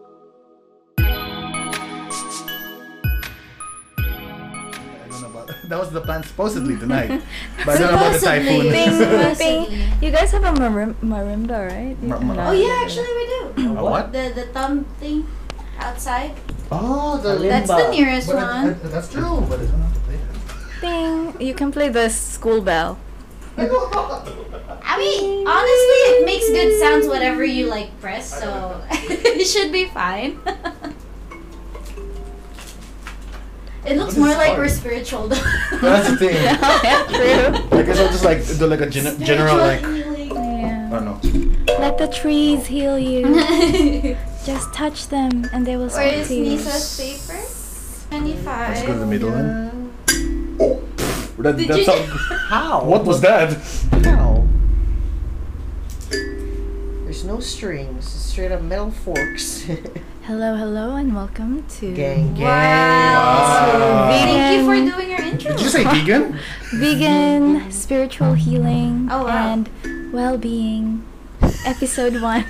that was the plan supposedly tonight. but I don't know about the Supposedly. typhoon. Bing, Supposedly. bing. You guys have a marim- marimba, right? You Ma- can, ma- uh, Oh yeah, actually we do. A what? The the thumb thing outside. Oh, the Limbo. That's the nearest But I- one. I- that's true, but I don't know how to play that. Ding. You can play the school bell. I don't know. I mean, honestly, it makes good sounds whatever you like press, so it should be fine. it looks This more is like hard. we're spiritual. though. That's the thing. yeah, true. I guess I'll just like do like a gen- general like I Yeah. don't know. Let the trees heal you. Where Just touch them and they will speak is to you. Nisa's paper? Let's go to the 25. middle then. Oh, that, Did that's you- How? What was that? How? There's no strings. It's straight up metal forks. Hello, hello, and welcome to gang, gang. Wow. Wow. Thank you for Vegan. doing your intro. Did you say vegan? Vegan Spiritual Healing Oh, wow. and Well-being, Episode One.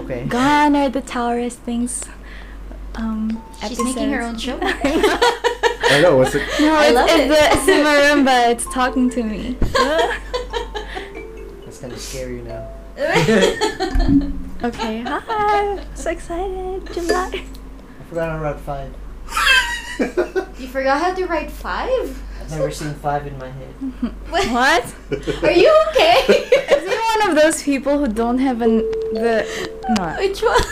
Okay. Gone are the Taurus things. Um, She's making her own episodes. show. I know. What's it? No, I it's, love it's it. the it's the marimba. It's talking to me. That's kind of scary now. Okay, hi. So excited, July. I forgot how to write five. you forgot how to write five? I've never seen five in my head. What? Are you Is he okay? one of those people who don't have an the no? Which one?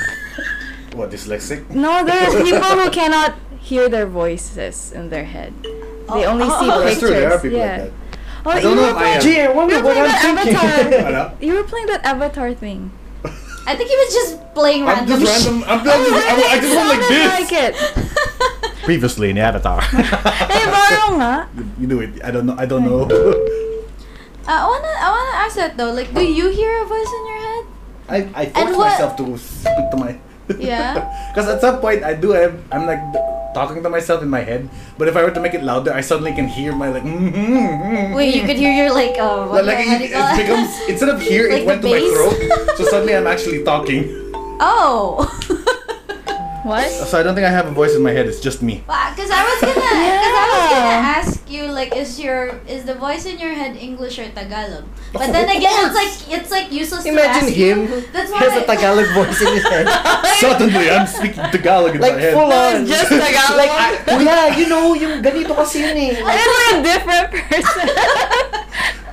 What dyslexic? No, there are people who cannot hear their voices in their head. They Oh, only oh, see oh, That's pictures. true. There are people yeah. like Oh, I don't you know were if I am. playing- Gee, I wonder You're what playing I'm the thinking. that. avatar. Hello? You were playing that avatar thing. I think he was just playing I'm random. just random. I'm just. I'm, I just went like Sounded this. like it. Previously in Avatar. Hey, parang nga. you do it. I don't know. I don't know. I wanna, I wanna ask that though. Like, do you hear a voice in your head? I, I forced what- myself to speak to my. Yeah? Because at some point I do. I'm, I'm like talking to myself in my head. But if I were to make it louder, I suddenly can hear my like. Wait, you could hear your like, uh, But what like the- how do it, you call it becomes instead of here, it Like went to the my bass? throat. So suddenly I'm actually talking. Oh. What? So I don't think I have a voice in my head. It's just me. Because I was gonna, because I was gonna Yeah. ask you like, is your is the voice in your head English or Tagalog? But then again, it's like it's like useless. to Imagine ask him. You. That's why. He has a Tagalog voice in his head. Suddenly I'm speaking Tagalog in my Like head. full That on. was just Tagalog. like, I, kuya, you know, yung ganito kasi yun eh. It's like a different person.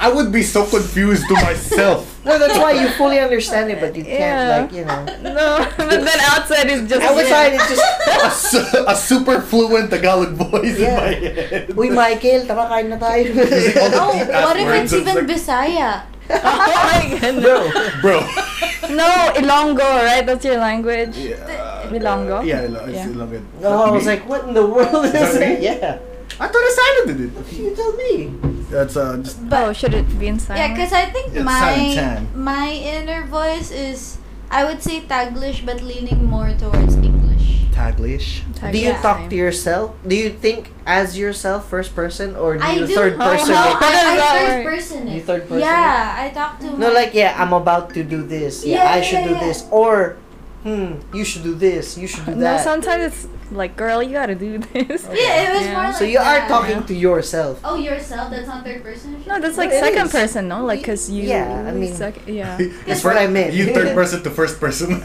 I would be so confused to myself. No, that's why you fully understand it, but you can't, Yeah. like, you know. no, but then outside is just. Outside, it's just, a, su- a super fluent Tagalog voice in Yeah. my head. Uy, Michael, tara, kain na tayo. Using all the deep Oh, ass what if words, it's even like, Bisaya? Oh my goodness. bro? Bro. No, Ilongo, right? That's your language. Yeah. Milongo? Yeah, I lo- Yeah. I love it. No, Oh, I was like, what in the world is, that me? it? Yeah. I thought I sounded it. You tell me. That's uh, just oh, should it be in Yeah, silent? because I think It's my Santan. my inner voice is I would say Taglish, but leaning more towards English. Taglish. Do you talk to yourself? Do you think as yourself, first person, or do I you do. third I, person? no, How it? I, does I that third work? person. You it. third person Yeah, I talk to. No, my- like yeah, I'm about to do this. Yeah, Yeah, I yeah, should do yeah. this, or hmm, you should do this. You should do No, that. sometimes it's like, girl, you gotta do this. Yeah, it was Yeah. more like. so you are that. talking to yourself. Oh, yourself. That's not third person. No, that's No, like it second is. person, no? Like, cause you. Yeah, I mean- sec- yeah. It's what fir- I meant. You third person to first person.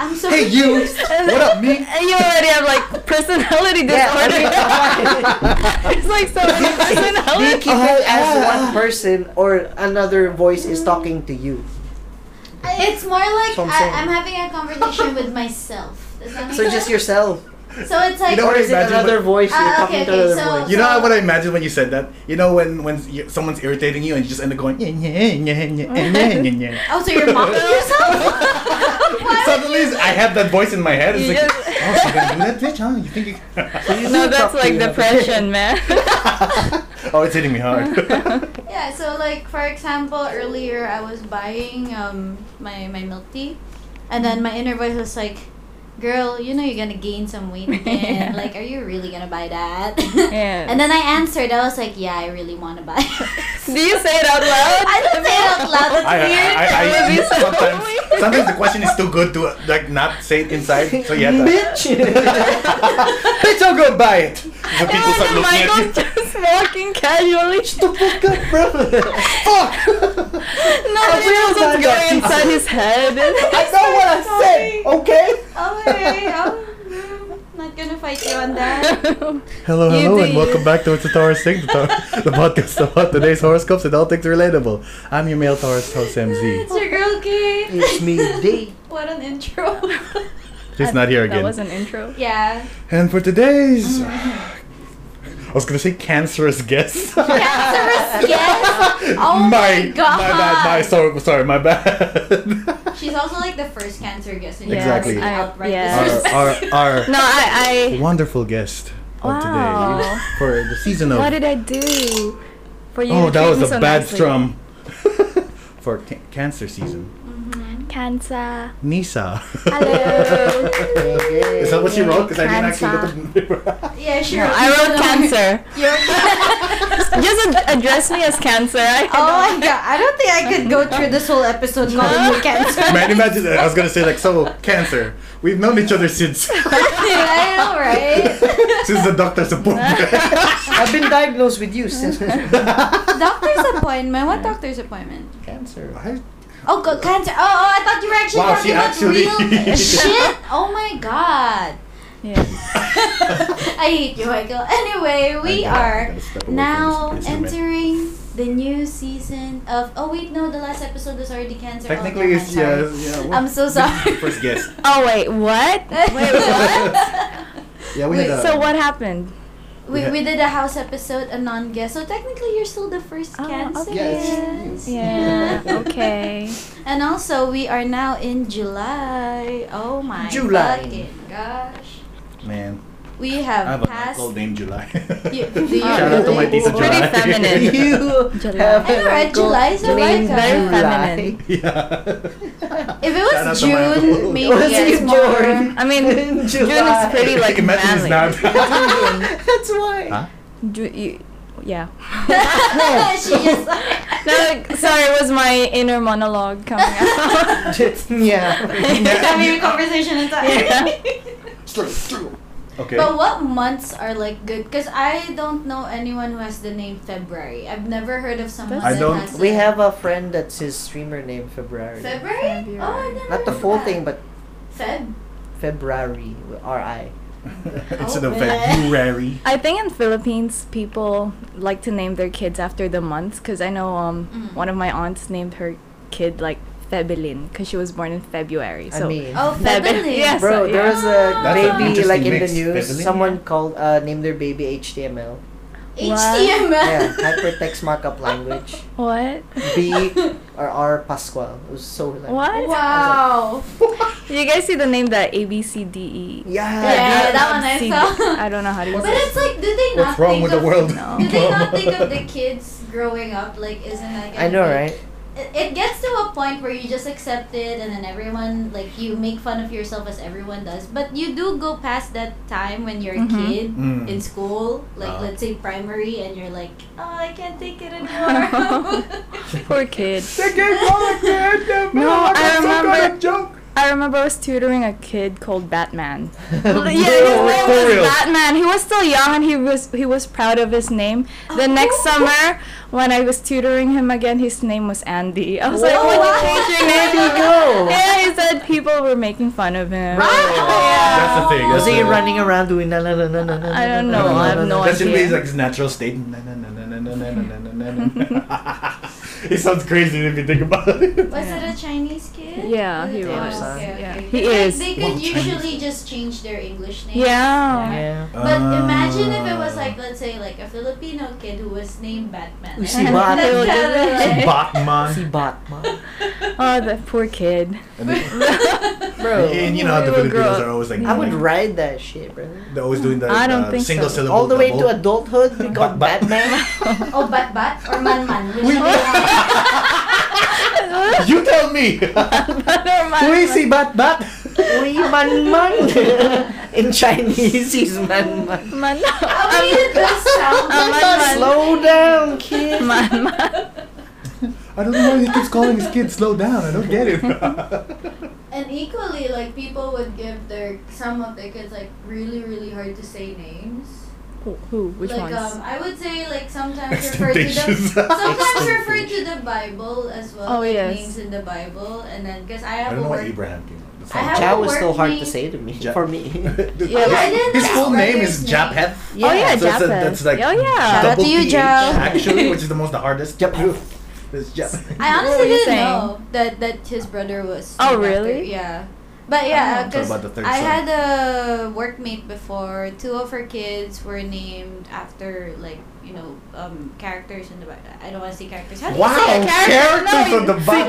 I'm so hey you. confused. What up, me? you already have like personality disorder. Yeah, I mean, it's like so many Do you personality. keep it as Ah. one person, or another voice is talking to you? It's more like So I'm I, saying. I'm having a conversation with myself. Does that make So just sense? yourself, So it's like. You know or what is it Imagine, but- another voice? You're Ah, talking okay, to okay, another so- voice. You know what I imagined when you said that? You know when when you, someone's irritating you and you just end up going yeah yeah yeah yeah yeah yeah yeah. oh, so you're mocking yourself? Why would Suddenly I have that voice in my head. It's You like just- oh she's gonna do that bitch huh? You think? You... You No, do that's talk to like another- depression, man. oh it's hitting me hard. Yeah, so like for example, earlier I was buying um my my milk tea, and then my inner voice was like, "Girl, you know you're gonna gain some weight again. Yeah. Like, are you really gonna buy that?" Yeah. And then I answered. I was like, "Yeah, I really wanna buy." it." Do you say it out loud? I don't say it out loud. That's I, I, weird. I, I, That would be so sometimes weird. Sometimes the question is too good to like not say it inside, so you have to. Bitch! Oh, Bitch, I'll go buy it! So people start looking at you. Michael's just walking casually. The fuck up, bro! Fuck! Nothing else realized was that. going inside his head. I know what I said, okay? Okay, I'm Oh, not gonna fight you on that. Hello, You hello, do and you. welcome back to It's a Taurus Thing, the, tar- the podcast about today's horoscopes and all things relatable. I'm your male Taurus host, It's MZ. your girl, Kate. It's me, D. What an intro. He's not here That Mm. again. was an intro. yeah. And for today's. I was gonna say cancerous guest. Cancerous guest. Oh my, god. My bad, my, sorry, sorry, my bad. She's also like the first cancer guest in Yes, Exactly. the I- outright yeah. our, disrespect. our, our No, I. wonderful guest of Wow. today for the season I of. what did I do for you? oh, to that treat was me a so bad nicely? strum. for ca- cancer season. Mm-hmm. Cancer. Nisa. Hello. Is that what she wrote? Because I didn't Cancer. actually look at the yeah, sure. I wrote cancer. Just ad- address me as cancer. I Oh my god, I don't think I could go through this whole episode calling you cancer. Man, imagine that. I was gonna say like, so cancer. We've known each other since I know, right? since the doctor's appointment. I've been diagnosed with you since Doctor's appointment? What doctor's appointment? cancer. I- Oh, co- cancer. Oh, oh, I thought you were actually Wow, talking she about actually- real shit. Oh my god. Yeah. I hate you, Michael. Anyway, I we gotta- I are gotta step away from now this instrument. entering the new season of. Oh wait, no, the last episode was already cancer. Oh, Technically, never it's mind, yeah, sorry. yeah. I'm so sorry. First guess. Oh wait, what? Wait, what? Yeah, we Wait, had a. so what happened? we, Yeah. we did a house episode, a non-guest. So technically, you're still the first Oh, cancer. okay. Yeah, Yes. it's- Yeah. Okay. And also, we are now in July. Oh my July. fucking gosh. Man, We I have, have a passed. uncle named July. You- do you Shout out to my really? tita Pretty July. feminine. You July. have I know, an right? uncle July is a white named guy. Very July. feminine. yeah. If it Shout out was to my June, uncle. maybe Was he it's born? more. I mean, In June is July. pretty like Imagine it's not. manly. That's why. Huh? Ju- you- yeah. she just No, like, sorry, it was my inner monologue coming out. yeah. having a conversation inside. okay. But what months are like good? Because I don't know anyone who has the name February. I've never heard of someone That's- that I don't- has. We a- have a friend that's his streamer name, February. February. February. Oh, I never Not the heard of full that. thing, but Feb. February. R-I. Instead of Oh, February. I think in Philippines, people like to name their kids after the months. Cause I know um Mm. one of my aunts named her kid like Febelin, cause she was born in February. So I mean. Oh, Feb- February. Yes. Bro, So, there yeah. was a That's an baby interesting like in the mix, news. Beverly. Someone called uh, named their baby HTML. HTML. Yeah, hypertext markup language. what? B or R Pascual. It was so like What? Wow. You guys see the name that A B C D E? Yeah, Yeah, yeah. that one I C- saw. I don't know how to use But it. it's like, do they not What's wrong think with of, the world? No. Do they not think of the kids growing up? Like, isn't that? I gonna know, be- right? It, it gets to a point where you just accept it, and then everyone like you make fun of yourself as everyone does. But you do go past that time when you're a Mhm. kid Mm. in school, like Ah. let's say primary, and you're like, oh, I can't take it anymore. Poor kid. They gave all the kid the No, I milk, I'm so remember- gonna joke. I remember I was tutoring a kid called Batman. yeah, his No, name for was real? Batman. He was still young and he was he was proud of his name. The next summer, when I was tutoring him again, his name was Andy. I was like, Whoa. "Would you change your There you name?" go. Yeah, he said people were making fun of him. That's the thing. Was that's he the- running around doing na na na na na na? I don't na, know, na, I have na, no na, That should be idea. his, like his natural state. Na, na, na, na, na, na, na, na, na, na, na, na. It sounds crazy if you think about it. Was Yeah. it a Chinese kid? Yeah, Was he it- was. Oh, okay, Yeah. okay. He They- is. They Well, could Chinese. usually just change their English name. Yeah. na. Yeah. But imagine if it was Uh. like, let's say, like a Filipino kid who was named Batman. Uy, And si then Bat. that's Uy, kinda si like- Si Uh, Batman. Batman. Oh, the poor kid. And, then- Bro, and you know how the We will grow Filipinos up. are always like, I would they're ride that shit, brother. always doing that. uh, I don't think single so. syllable. All the way to double. adulthood, we got Bat- Batman. oh, Bat Bat or Man Man. Which Uy. You tell me. Uy, si Bat Bat. Uy, man man. In Chinese, he's man man. Man, How did this sound? Ah, man, man. Slow down, kid. man, man. I don't know why he keeps calling his kid slow down. I don't get it. like people would give their some of their kids like really really hard to say names. Who? who which like, ones? Um, I would say like sometimes refer to the sometimes refer to the Bible as well. Oh, like, yes. Names in the Bible and then because I I have don't a know why word. Abraham came up. That's I not- have Jap a was still work hard name. to say to me. Jap- for me. Yeah, I didn't his know full what name his is name- Japheth. Oh, yeah, so it's a- Japheth. that's like Oh, yeah. Shout out to double you, PH, Jap. Actually, which is the most the hardest. Japheth. It's Japheth. I were honestly you didn't saying? know that that his brother was. Oh, named after- really? Yeah. But yeah, So because about the third I son. had a workmate before. Two of her kids were named after like you know um, characters in the Bible. I don't want to say characters. How do Wow, you say a character? characters No, of the Bible.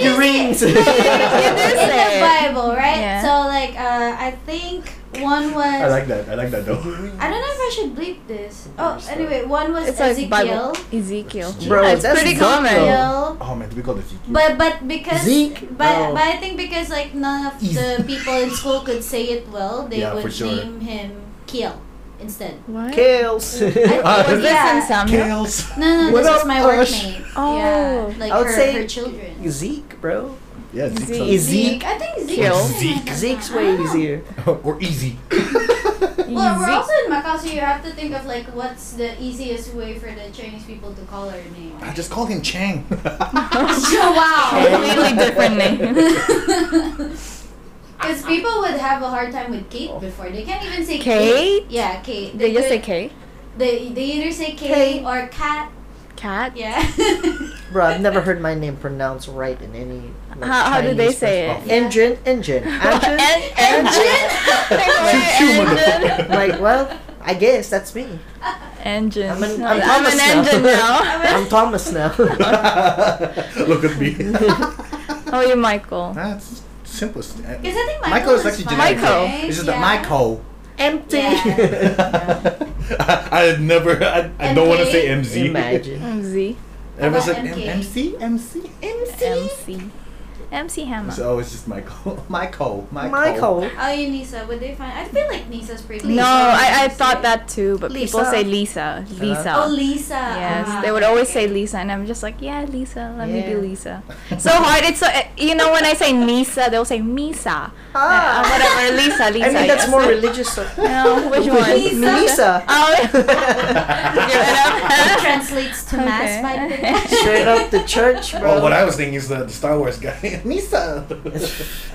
Figurines. you do in the say it. Bible, right? Yeah. So like uh, I think one was. I like that. I like that though. I don't know if I should bleep this. Oh, Understand. anyway, one was it's like Ezekiel. Bible. Ezekiel. Bro, That's that's pretty dumb, common. though. Ezekiel. Oh man, do we call this? But but because Zeke? but Oh. but I think because like none of the people in school could say it well, they Yeah, for would sure. name him Kiel instead. What? Kills. Uh, Was um, Yeah. this in Samuel? Kales. No, no, What this was up, my Ash? workmate. Oh. yeah, like I would her, say- her children. Zeke, bro. Yeah, Zeke's Zeke. up. Is- Zeke. I think Zeke. Kiel. Zeke. Zeke's way Ah. easier. or easy. Well, we're Zeke. also in Macau, so you have to think of like what's the easiest way for the Chinese people to call our name. I just called him Chang. Oh, wow. Completely different name. Because people would have a hard time with Oh. Kate before. They can't even say Kate? Yeah, Kate. They just say could- K. They, they either say Kate Kate. or cat. Cat. Yeah. Bro, I've never heard my name pronounced right in any. Like, How, how do they say it? Engine, engine, engine. En- Shoo, engine. engine. motherfucker. like, well, I guess that's me. Engine. I'm I'm, an, I'm an Thomas engine now. now. I'm Thomas now. Look at me. How are you, Michael? That's simplest. Because I think Michael, Michael is was actually fine, generic. Michael. right? It's just yeah. that Michael. Empty. Yeah. I, I had never. I, I don't want to say MZ. Imagine. I'm Z. Everyone's How like M- about MK? MC, MC, MC. MC. MC Hammer. So it's just Michael. Michael. Michael. Michael. Oh, you Nisa. Would they find? I feel like Nisa's pretty. No, I, I thought that too, but people Lisa. say Lisa. Lisa. Oh, Lisa. Yes, Ah, they would always say okay. Lisa, and I'm just like, yeah, Lisa, let me be Yeah. Lisa. So hard. It's so, uh, you know when I say Nisa, they'll say Misa. Uh, Ah, whatever, Lisa, Lisa. I mean, that's yes. more religious. So. No, which one? Lisa. Oh, It translates to mass by Okay. the Straight up the church, bro. Well, what I was thinking is the, the Star Wars guy. Misa.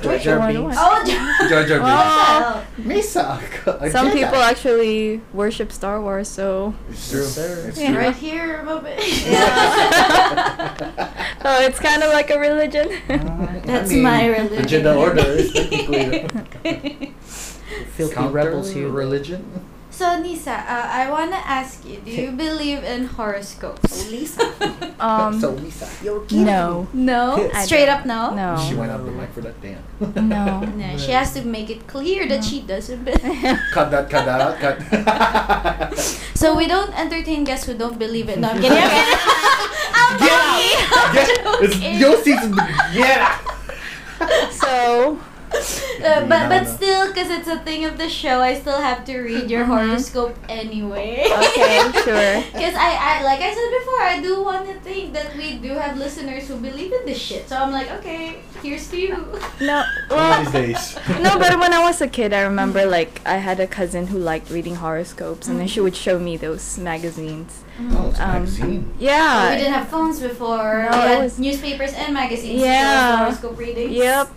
Jar Which Jar one was- Binks. Oh, Jar Jar Wow. Binks. Wow. Misa. a Some Jedi. people actually worship Star Wars, so It's true. Yes, sir. It's Yeah. true. Right here, Bobby. so uh, Oh, it's kind of like a religion. Ah. That's Uh, I mean, my religion. The Jedi Order is technically Filthy rebels here. religion. so, Nisa, uh, I want to ask you do you believe in horoscopes? Lisa. Um, so Lisa. Yo, kid. no, no? I Straight up, no? She no, went off the mic for that damn. no. No, she has to make it clear that she doesn't believe. cut that, cut that out, cut. So we don't entertain guests who don't believe it. No, I'm kidding. I'm kidding. I'm Get joking. I'm yeah, it's joking. your season. Yeah. So Uh, but No, but no. still, because it's a thing of the show, I still have to read your horoscope anyway. okay, sure. Because I, I, like I said before, I do want to think that we do have listeners who believe in this shit. So I'm like, okay, here's to you. No, One well, of these days. no. But when I was a kid, I remember like I had a cousin who liked reading horoscopes, and then she would show me those magazines. Oh, it's a um, magazine. Yeah. Oh, we didn't have phones before. uh, No, we it had was- newspapers and magazines. Yeah. To show us horoscope readings. Yep.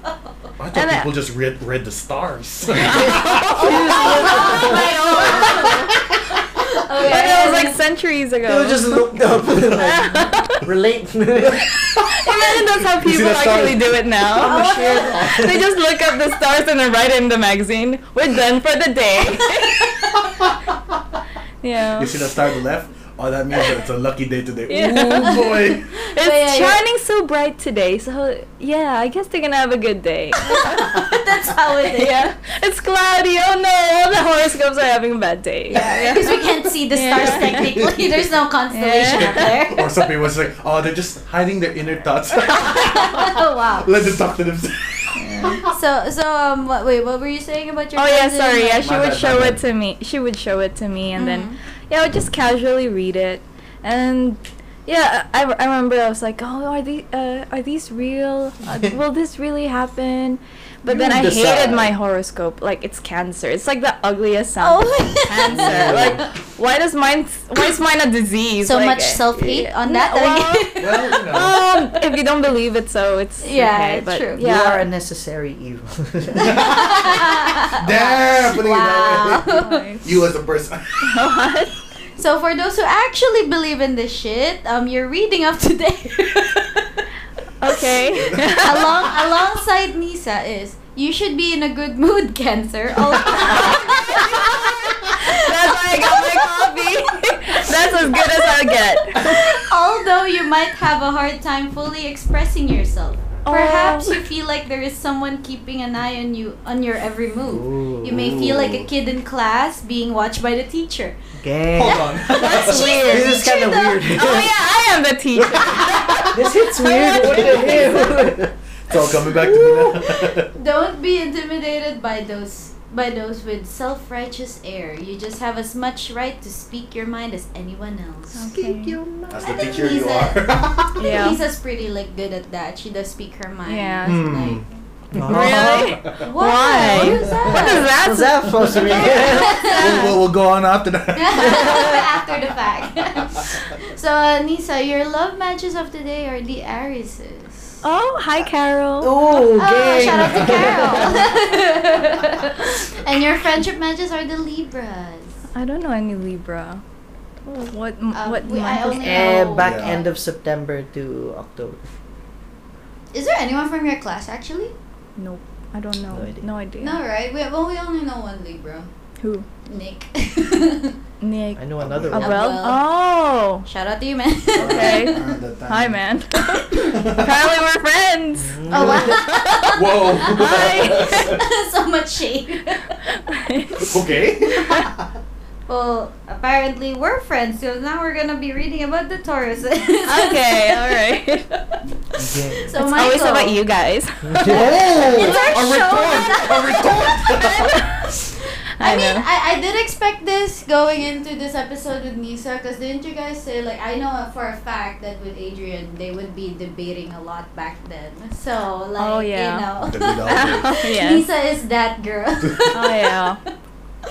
I and thought I- people just read read the stars. oh my god. okay. But it was like centuries ago. They would just looked up. like, relate. Imagine that's how You see people that star? actually do it now. they just look up the stars and then write it in the magazine. We're done for the day. yeah. you see that star to the left? Oh, that means that it's a lucky day today. Yeah. Oh boy. It's yeah, yeah. shining so bright today, so yeah, I guess they're gonna have a good day. That's how it is. yeah. It's cloudy. Oh no, all the horoscopes are having a bad day. Yeah, because we can't see the Yeah. stars technically. There's no constellation Yeah. up there. Or some people was like, oh, they're just hiding their inner thoughts. oh wow. Let them talk to themselves. So so um what, wait what were you saying about your? Oh yeah, cousin? sorry. Yeah, Like- she My would bad, show my it bad. to me. She would show it to me, and then Mm-hmm. yeah, I would just casually read it, and yeah, I, I remember I was like, oh, are these uh, are these real? Uh, will this really happen? But You then I decide. hated my horoscope. Like it's cancer. It's like the ugliest sound. Oh, Cancer. like why does mine? Why is mine a disease? so Like, much eh, self hate on no, that. well- Well, you know. Um, if you don't believe it, so it's Yeah, okay, it's but true. You Yeah, You are a necessary evil. Damn, putting it that way. wow. You as a person. what? So for those who actually believe in this shit, um, your reading of today, Okay. along alongside Nisa is you should be in a good mood, Cancer. All- That's why I got my coffee. That's as good as I'll get. Although you might have a hard time fully expressing yourself, perhaps Oh. you feel like there is someone keeping an eye on you on your every move. You may feel like a Ooh. kid in class being watched by the teacher. Gang. Hold on. That's weird. This is kind of Teacher, weird. Oh yeah, I am the teacher. this hits weird. What the hell? It's all coming back to me now. Don't be intimidated by those by those with self-righteous air. You just have as much right to speak your mind as anyone else. As I the think teacher you he's are. I think Yeah. Lisa's pretty like good at that. She does speak her mind. Yeah. Hmm. Really? Like, what? Why? What is that? What is that? What's that supposed to mean? We'll, we'll, we'll go on after that. After the fact. so uh, Nisa, your love matches of today are the Arises. Oh, hi, Carol. oh, Oh, gang. shout out to Carol. and your friendship matches are the Libras. I don't know any Libra. Oh, What m- Uh, what we- I month only- is Eh, back Oh, Yeah. end of September to October. Is there anyone from your class actually? Nope. I don't know. No idea. No idea. No, right? We well, we only know one Libra, Who? Nick. Nick. I know another Oh, one. Abrel? Abrel. Oh. Shout out to you, man. Okay. Hi, man. Apparently we're friends. oh wow! Whoa. Hi. so much shade. okay. well, apparently we're friends, so now we're gonna be reading about the Taurus. okay. All right. Gang. So it's Michael, always about you guys. Oh, It's a our show. retort. A retort. I I, mean, know. I, I did expect this going into this episode with Nisa, because didn't you guys say, like, I know for a fact that with Adrian, they would be debating a lot back then. So, like, Oh, yeah. That we'd you know. all do. Oh, yes. Nisa is that girl. Oh yeah.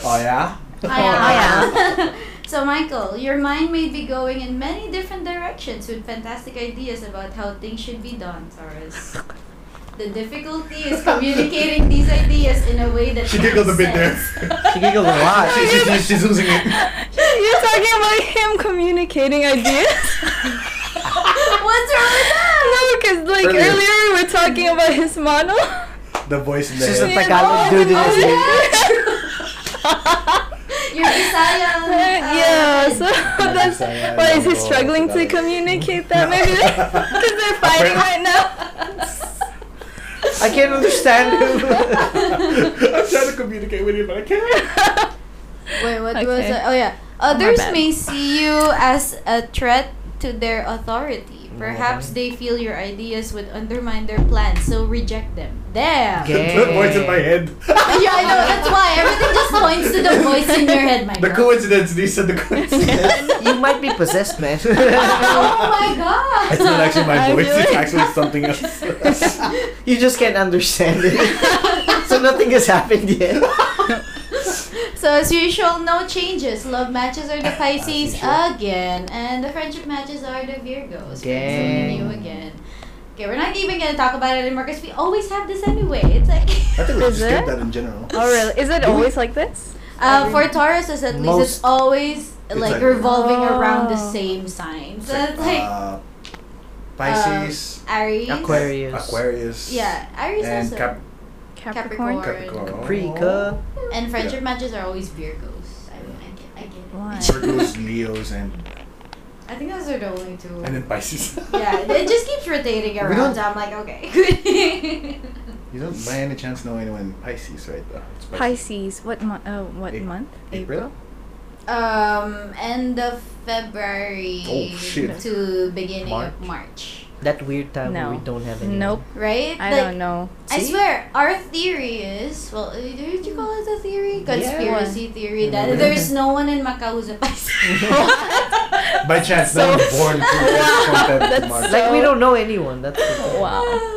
oh yeah. I am. I am. so, Michael, your mind may be going in many different directions with fantastic ideas about how things should be done, Taurus. The difficulty is communicating these ideas in a way that She giggled a bit there. makes sense. She giggled a lot. She, she, she, Oh, she's losing it. You're talking about him communicating ideas? What's wrong with that? no, because like Earlier. earlier. we were talking about his mono. The voice in the She's a head. Tagalog dude in this Oh, game. Your Visayan. uh, yeah, so that's Visayan, why is he Mono, struggling to Tagalog. communicate that? Maybe because they're fighting right now. I can't understand him. I'm trying to communicate with you, but I can't. Wait, what was Okay. that? Oh yeah. Others bad. may see you as a threat to their authority. Perhaps they feel your ideas would undermine their plans, so reject them. Damn. Okay. the voice in my head. yeah, I know. That's why everything just points to the voice in your head, Michael. The coincidence, Lisa, the coincidence. you might be possessed, man. oh my god. It's not actually my I voice, really- it's actually something else. you just can't understand it. so nothing has happened yet. So as usual, no changes. Love matches are the Pisces usual. again, and the friendship matches are the Virgos. Gang. Friends only you again. Okay, we're not even gonna talk about it anymore because we always have this anyway. It's like I think we should Is skip it? that in general. Oh really? Is it always like this? uh, for Tauruses at least it's Most- always It's like- like revolving around the Oh. same sign. So It's it's like uh, Pisces, Aries, Aquarius. Aquarius, yeah, Aries and also, Cap- Capricorn. Capricorn. Capricorn. Caprica. Oh. and friendship matches are always Virgos. I, I get, I get it. Why? Virgos, Leos, and I think those are the only two. and then Pisces. yeah, it just keeps rotating around. don't- So I'm like, okay. You don't by any chance know anyone Pisces, right? Uh, it's Pisces. What month? Oh, what A- month? April? um, end of February Oh, shit. to beginning March. of March. That weird time No. where we don't have any. Nope. Right? I Like, don't know. I See? swear, our theory is well, uh, did you call it a theory? Yeah. Conspiracy theory that Mhm. there's no one in Macau who's a Pisces. By chance, So- no one born from Wow, from Feb- that's March. Like we don't know anyone. That's the thing. Wow.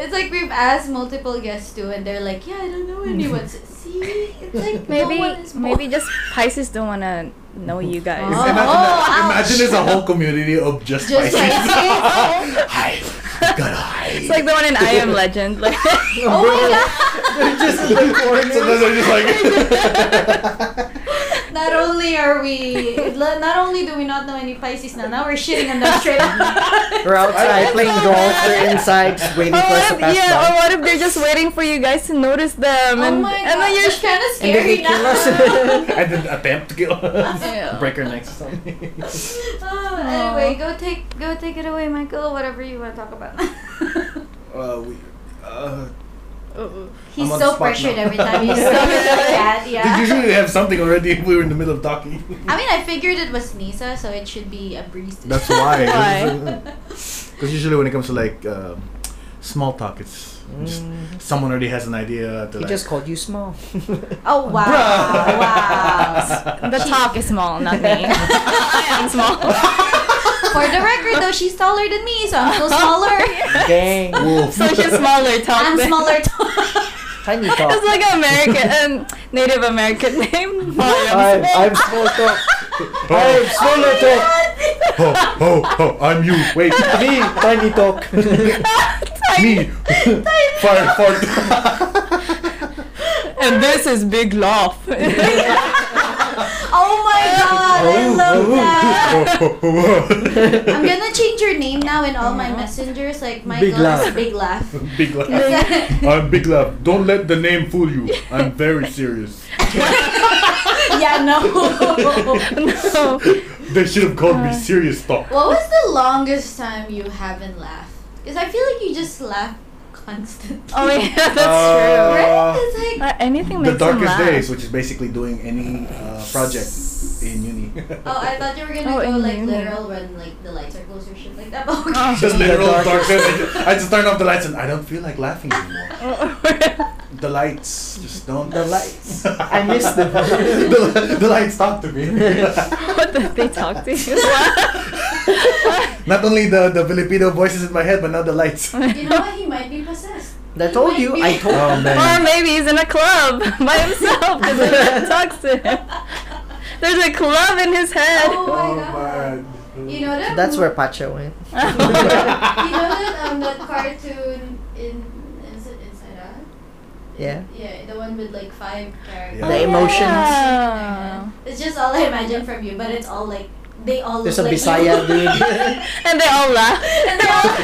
It's like we've asked multiple guests too, and they're like, "Yeah, I don't know anyone." S- See, it's like Maybe no one is maybe just Pisces don't wanna know you guys. Oh, imagine, ouch. imagine there's a whole community of just, Just Pisces. Pisces. hype. Gotta hype. It's like the one in I Am Legend. Like Oh my just in the corner. So then they're just like. god! Not only are we, lo- not only do we not know any Pisces now, now we're shitting on them straight up. We're outside That's playing so golf. bad. They're inside just waiting Or for us Oh, what to if, pass yeah, or by. what if they're just waiting for you guys to notice them Oh and, my god! and then you're that's kind of And then scary they kill us. now. and then attempt to kill us. Yeah. Break her neck or something. oh, anyway, go take go take it away, Michael. Whatever you want to talk about. uh, we, uh, He's I'm on the so spot pressured now. every time he's so that. Yeah. They usually have something already if we were in the middle of talking. I mean, I figured it was Nisa, so it should be a breeze. to- That's why. Why? Because usually when it comes to like um, small talk, it's just someone already has an idea. To, He like, just called you small. oh wow! Bruh. Wow! the top is small, not me. I am small. For the record, though, she's taller than me, so I'm still smaller. Dang. Wolf. So she's smaller top. I'm than- smaller. Tiny It's talk. like an American um, Native American name. I'm, I'm small. small talk. I'm Oh, small talk. oh, oh, oh, I'm you. Wait, Me, tiny talk. me. far, far. And this is Big Laugh. oh my god! I oh, love that. I'm that. gonna change your name now in all my messengers. Like Michael Big laugh. is Big Laugh. Big laugh. I'm big laugh. Don't let the name fool you. I'm very serious. yeah, no. no. They should have called Uh, me serious talk. What was the longest time you haven't laughed? Because I feel like you just laugh constantly. Oh yeah, that's Uh, right? It's true. like, Uh, anything The makes them darkest laugh. days, which is basically doing any uh, project in uni. oh, I thought you were gonna Oh, go in like uni. literal when like the lights are closed or shit like that. But Oh. okay. just The literal dark days. darkest- I just, I just turn off the lights and I don't feel like laughing anymore. The lights just don't. The lights. I miss them. the, the lights talk to me. what did they talk to you? Not only the, the Filipino voices in my head, but now the lights. Oh you know what? He might be possessed. I told you. I told Oh, man. or maybe he's in a club by himself because no one talks to him. There's a club in his head. Oh my god. You know that. That's where Pacha went. You know that um that cartoon in is it Inside Out? Yeah. Yeah, the one with like five characters. The emotions. Oh, Yeah. It's just all I imagine from you, but it's all like they all There's a look like Bisaya you. dude. And they all laugh. And they're all-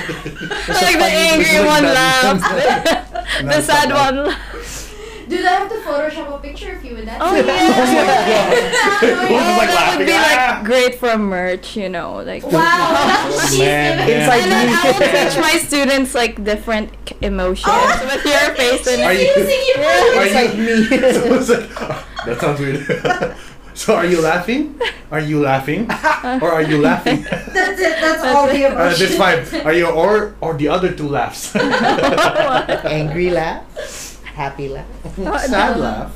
like the funny angry visual one that laughs. comes- the sad Nonstop one laughs. Dude, I have to Photoshop a picture of you with that. Oh, thing. yeah. Wolf is Oh, like that laughing. would be "Ah." like great for merch, you know, like. Oh, Wow, she's Man, giving man. And then I will Yeah. teach my students like different k- emotions Oh. with your face and Are She's you- using you. Are It's you- like me. So it's like, oh, that sounds weird. so are you laughing? Are you laughing? or are you laughing? That's it. That's all the Uh, emotions. there's five. Are you or or the other two laughs? Angry laugh. Happy laugh. Sad laugh.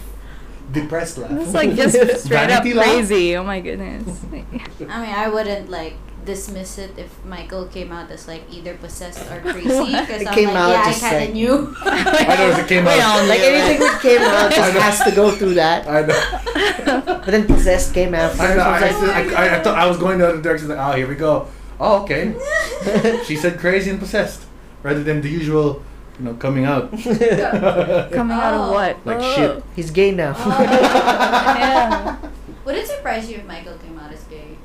Depressed laugh. It's like just straight up Vanity laugh? crazy. Oh my goodness. I mean, I wouldn't like dismiss it if Michael came out as like either possessed or crazy. Because It I'm came like, out yeah, I just kind like- of knew. I know it came We out. all Like knew anything it. that came out just know. has to go through that. I know. But then possessed came after. I, know, I, so I, it's like, I, I thought I was going the other direction. Like, oh, here we go. Oh, okay. she said crazy and possessed, rather than the usual, you know, coming out. Coming out of Oh. what? Like Oh. shit. He's gay now. Yeah. Would it surprise you if Michael came out as gay?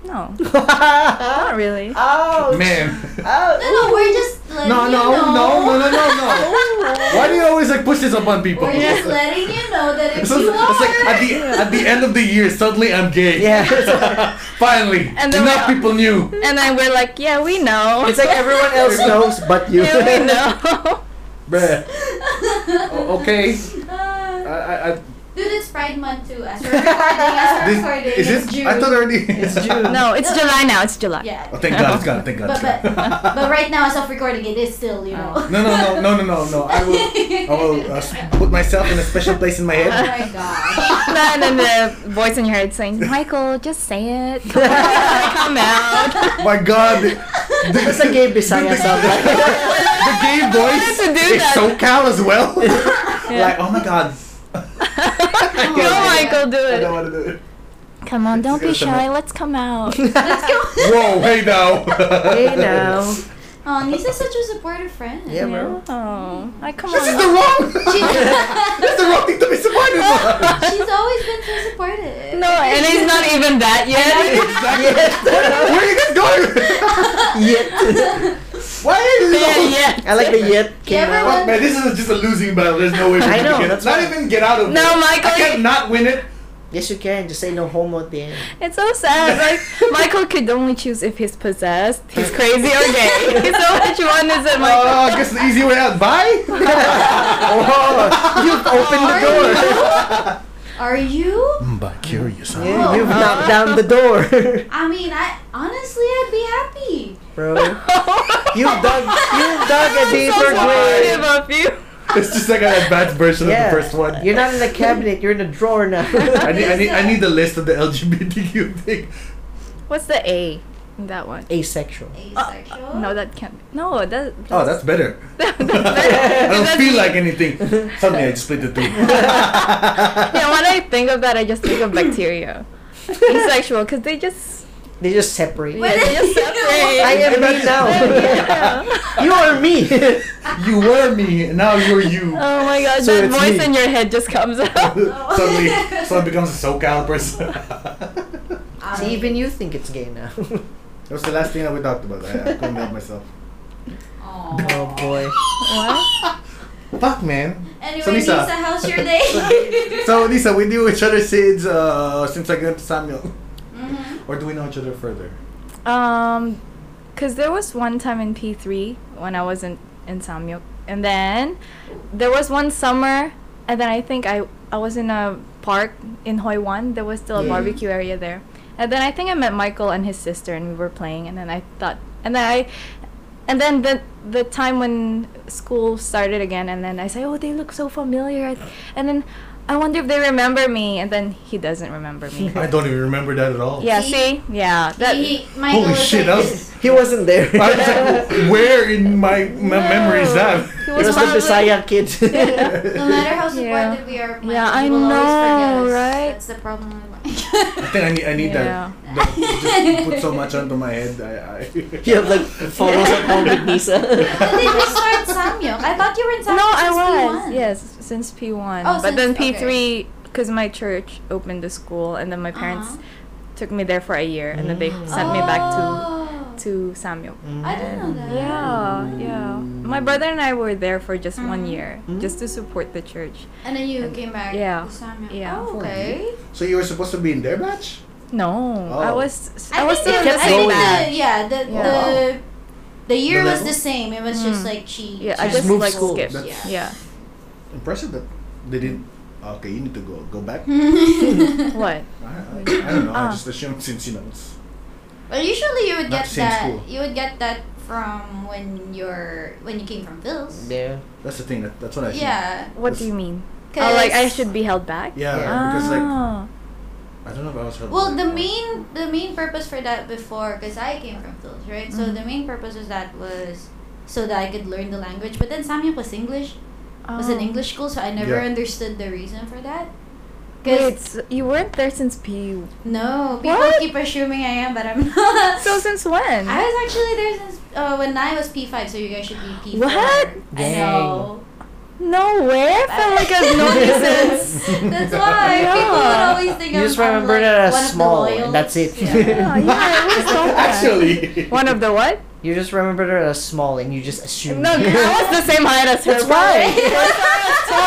No, Ouch. not really. Man. Ouch. No, no, we're just letting No, you no, know. no, no, no, no, no. Why do you always like push this upon people? We're just letting you know that if So you it's are, like at the at the end of the year, suddenly I'm gay. Yeah. Finally, And then enough we- people knew. And then we're like, yeah, we know. It's like everyone else knows but you. yeah, we know. Bruh. O- okay. I, I, I, Uh, dude, it's Pride Month too. As we're recording, as we're recording, this, is it's this? June. I thought already. It's June. no, it's July now. It's July. Yeah. Oh, thank God, it's gone. Thank God, it's But- gone. But right now, as of recording, it is still, you know. No, no, no, no, no, no, no. I will, I will uh, s- put myself in a special place in my Oh head. my gosh. No, and then the voice in your head saying, Michael, just say it. Come out. Come out. My God. It's a gay Bisaya song. the gay voice wanted to do is that. SoCal as well. Yeah. Like, oh my god. Oh Go, Yeah. Michael, do I don't it. want to do it. Come on, don't be Yes, I'm- shy. Let's come out. Let's go. Whoa, hey now. Hey now. Oh, Nisa's such a supportive friend. Yeah, bro. Oh, I come This is on. the wrong. She- this is the wrong thing to be supported by. She's always been so supportive. No, and it's not even that yet. Where are you guys going? Yet. Why is this all- yeah, yeah. I like the yet. Yeah, came out. everyone- Fuck, man, this is just a losing battle. There's no way we I can know, get- that's not why. even get out of No, it. Michael, I can't you- not win it. Yes, you can. Just say no homo at the end. It's so sad. Like Michael could only choose if he's possessed, he's crazy, or gay. so which one is it, Michael? Oh, I guess the easy way out. Bye. Oh, you've opened the door. Are you? By curious. huh? Yeah, Oh. you've knocked down the door, I mean, I honestly, I'd be happy. bro. You've dug, you've dug a deeper supportive grave. of you. It's just like an advanced version Yeah. of the first one. You're not in the cabinet. You're in the drawer now. I need, I need, I need the list of the LGBTQ thing. What's the A in that one? Asexual. Asexual? Uh, No, that can't. Be. No, that. Oh, that's better. that's I better. don't That's- feel like anything. Suddenly, I just split the two. Yeah, when I think of that, I just think of bacteria. Asexual, because they just They just separate. yeah, they just separate. I am me Imagine- now. Yeah. you are me. You were me, and now you're you. Oh my god, So that it's voice me. in your head just comes out. suddenly, someone becomes a SoCal person. that Um, See, even you think it's gay now. was the last thing that we talked about. I, I couldn't help myself. aw. oh boy. What? Fuck, man. Anyway, So, Lisa. Lisa, how's your day? So, Lisa, we knew each other since uh, since I got to Samuel. Mhm. Or do we know each other further? Um, cause there was one time in P three when I was in in Samyuk, and then there was one summer, and then I think I I was in a park in Hoi Wan. There was still a Mm. barbecue area there, and then I think I met Michael and his sister, and we were playing, and then I thought, and then I. And then the the time when school started again, and then I say, oh, they look so familiar, and then I wonder if they remember me, and then he doesn't remember me. I don't even remember that at all. yeah, See? see, yeah, that he, Michael Holy was shit, like that was- this. He wasn't there. I was like, where in my, my No. memory is that? He It was the probably- Bisaya kid. No matter how Yeah. supportive we are, Michael Yeah, I will know, always forget us. right? That's the problem with I Michael. think I need, I need Yeah. that. that just put so much onto my head. I, I you have like photos at home with Nisa. but then we started Samyuk. I thought you were in Samyuk No, I since was. P1. Yes, since P1. Oh, but since- then P3, because my church opened the school, and then my parents Uh-huh. Mm. took me there for a year, and then they sent me back to Oh. to Samuel. I didn't know that. Yeah, yeah. My brother and I were there for just one Mhm. year, Mm-hmm. just to support the church. And then you came back yeah, to Samyuk. yeah. Oh, okay. so you were supposed to be in their batch? No, I Oh. was I, was still think in the the- I think same the- batch. Yeah, the, Yeah. the the year was level? the same. It was just Mm. like she. Yeah, I she just just moved like school. skipped. That's- Yeah. Impressive that they didn't. Okay, you need to go go back. What? I, I, I don't know. I Ah. just assumed since you know it's Well, usually you would Not get same that. school. You would get that from when you're when you came from Phil's. Yeah. that's the thing. That, that's what I. Assumed. Yeah. What That's- do you mean? Oh, like I 'cause- should be held back? Yeah, Yeah. because like Ah. I don't know if I was. held Well, back the or- main the main purpose for that before, because I came from Phil's, right? So Mhm. the main purpose was that was so that I could learn the language. But then Samyuk was English, was Oh. an English school, so I never Yeah. understood the reason for that. Wait, Because s- you weren't there since P. no, people What? keep assuming I am, but I'm not. So since when? I was actually there since uh, when I was P five, so you guys should be P four. What? I Dang. know. no way. I felt like I've known you since. That's why Yeah. people would always think You I'm, just remember I'm like that as one of the small, and loyalists. that's it. Yeah. Yeah, yeah, it was so bad. Actually, One of the what? You just remember her as small and you just assume. No, I was the same height as her. That's why. So.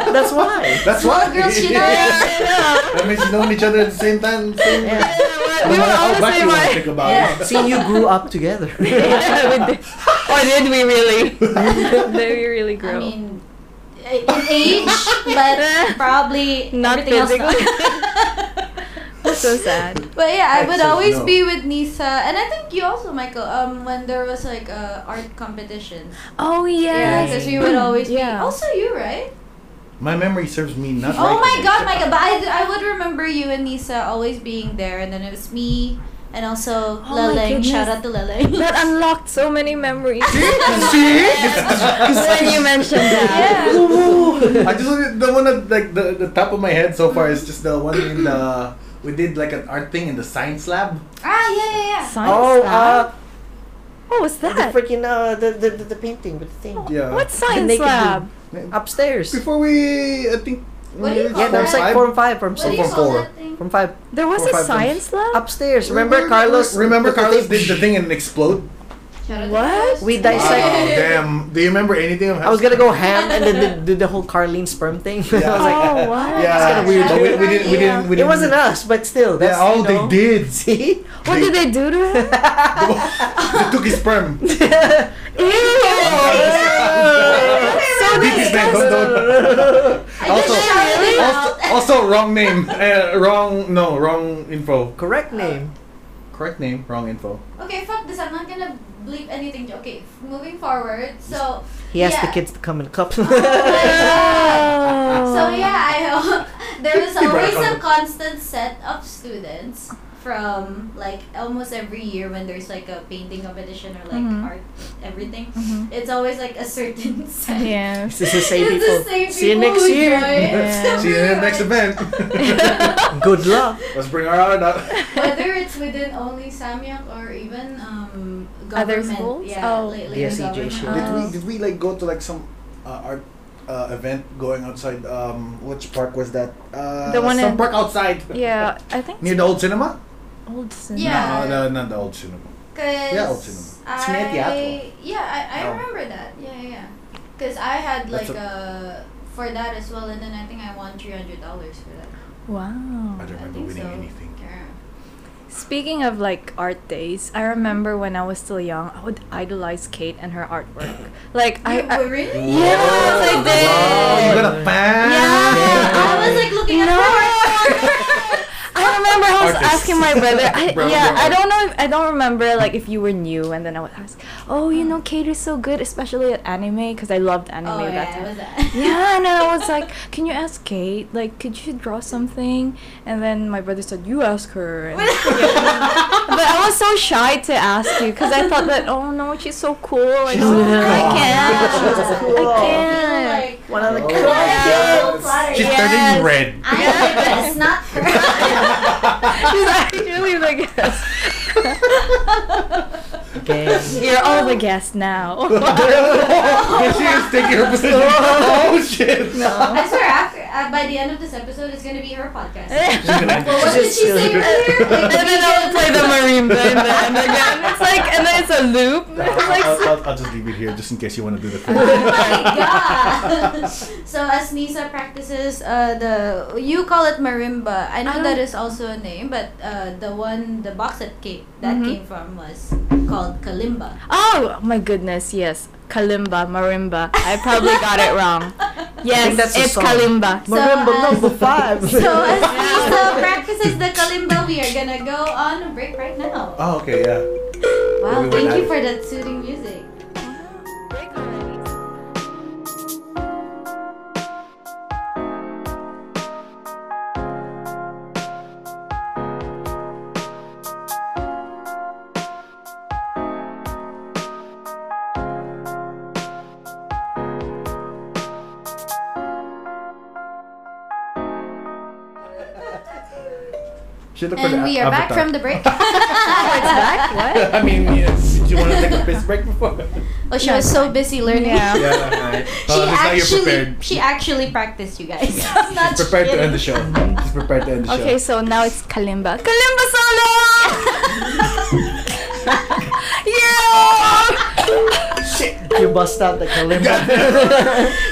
That's why. that's why. girls should that Yeah. means you've known each other at the same time. Same Yeah. We No were matter how all the back same you wanna height. Think about Yeah. it. See, you grew up together. Yeah, we did. Or did we really? did we really grow? I mean, i- in age, but probably Not everything else not. That's so sad. But yeah, I Right, would so always no. be with Nisa, and I think you also, Michael. Um, when there was like uh, art competitions, Oh yeah, yes. because we would always be. Yeah. Also, you right? My memory serves me not. Oh right my today. god, Michael! But I, I would remember you and Nisa always being there, and then it was me, and also Oh my Leleng. Shout goodness. out to Leleng. That unlocked so many memories. See? See? when you mentioned that. Yeah. I just wanted- the one that like the, the top of my head so far is just the one in the we did like an art thing in the science lab. Ah, yeah, yeah, yeah. Science Oh, lab? uh, what was the that? freaking uh, the, the the the painting with the thing Yeah. What science naked lab? upstairs. Oh. Before we I think What do you maybe call Yeah, that was form like five? form five, form What do six, you From call four. that thing? form five There was Four a five science lab? upstairs. Remember, Carlos? Remember with the Carlos thing? did the thing and it explode? Shout out to What? Carlos. We Wow, dissect- Oh, damn. Do you remember anything of I was gonna go ham and then did, did the whole Carlene sperm thing. Yeah. I was like, oh, wow. Yeah, That's kinda weird. but we, we didn't we Yeah. didn't we it didn't wasn't us, but still. That's Yeah, oh you know, they did. See? What did they do to him? they took his sperm. Ew! so Beat his name, disgusting. don't- don't. I just Also, shouted it out. also, also wrong name. Uh, wrong no, wrong info. Correct name. Correct name, wrong info. Okay, fuck this. I'm not gonna bleep anything. Okay, f- moving forward. So, He asked the Yeah. kids to come in a cup. Oh. so yeah, I hope there is You brought always it a up. constant set of students from like almost every year when there's like a painting competition or like Mm-hmm. Mhm. art, everything. Mhm. It's always like a certain set. Yeah. It's the same It's people. the same See you people next who year. join. Yeah. See you in the next event. Good luck. Let's bring our art out. Whether it's within only Samyang or even um, government, Other schools? yeah, Oh. lately Yes, in EJ should. government. Did Oh. we did we like go to like some uh, art uh, event going outside? Um, which park was that? Uh, The one some in- park outside. Yeah, I think Near the old cinema? old cinema. Yeah. No, no, not the old cinema. Cause Yeah, old cinema. It's near I, Teatro. yeah, I, I Oh. remember that. Yeah, yeah, yeah. Cause I had That's like a, for that as well, and then I think I won three hundred dollars for that. Wow. I don't remember think winning so. anything. Yeah. Speaking of like art days, I remember when I was still young, I would idolize Kate and her artwork. Like I, You I were really? Yeah, I Wow, did. Oh, you got a fan. Yeah. I was like looking No. at her. I remember I was Artists. asking my brother. I, Brown yeah, girl. I don't know. If, I don't remember like if you were new, and then I would ask, "Oh, you know, Kate is so good, especially at anime, because I loved anime oh at that yeah, time." it was that. yeah, and I was like, "Can you ask Kate? Like, could you draw something?" And then my brother said, "You ask her." And, but I was so shy to ask you because I thought that, "Oh no, she's so cool." Like, She's "Oh, I cool." can't. She's cool. I can't. Like, One of the Oh. Yeah. kids. Yes. She's Yes. turning red. I am, but it's not She's actually the guest. Gang. You're all the guests now. she is taking her position. Oh shit! I swear, after uh, by the end of this episode, it's gonna be her podcast. But what She's did she say earlier? Like, and then I'll play the marimba and then again. It's like and then it's a loop. I'll, It's like I'll- I'll- I'll just leave it here just in case you want to do the thing. oh my god! so as Nisa practices uh, the you call it marimba. I know I that don't- is also a name, but uh, the one the box that came that Mhm. came from was called kalimba. oh my goodness, yes, kalimba, marimba. I probably got it wrong. Yes, think that's a it's song. kalimba. So, Remember uh, number five. So as Nisa Yeah. practices the kalimba, we are gonna go on a break right now. Oh okay, yeah. we Wow! went Thank you out. for that soothing music. Should look for And the we are back avatar. from the break. Oh, it's back. What? I mean, yes. did you want to take a piss break before? Oh, she was so busy learning. Yeah. Yeah, alright. She Uh, that's how you're actually, prepared. she actually practiced, you guys. I'm not She's prepared to kidding. end the show. She's prepared to end the Okay, show. so now it's kalimba. Kalimba solo. yeah. you bust out the kalimba. God.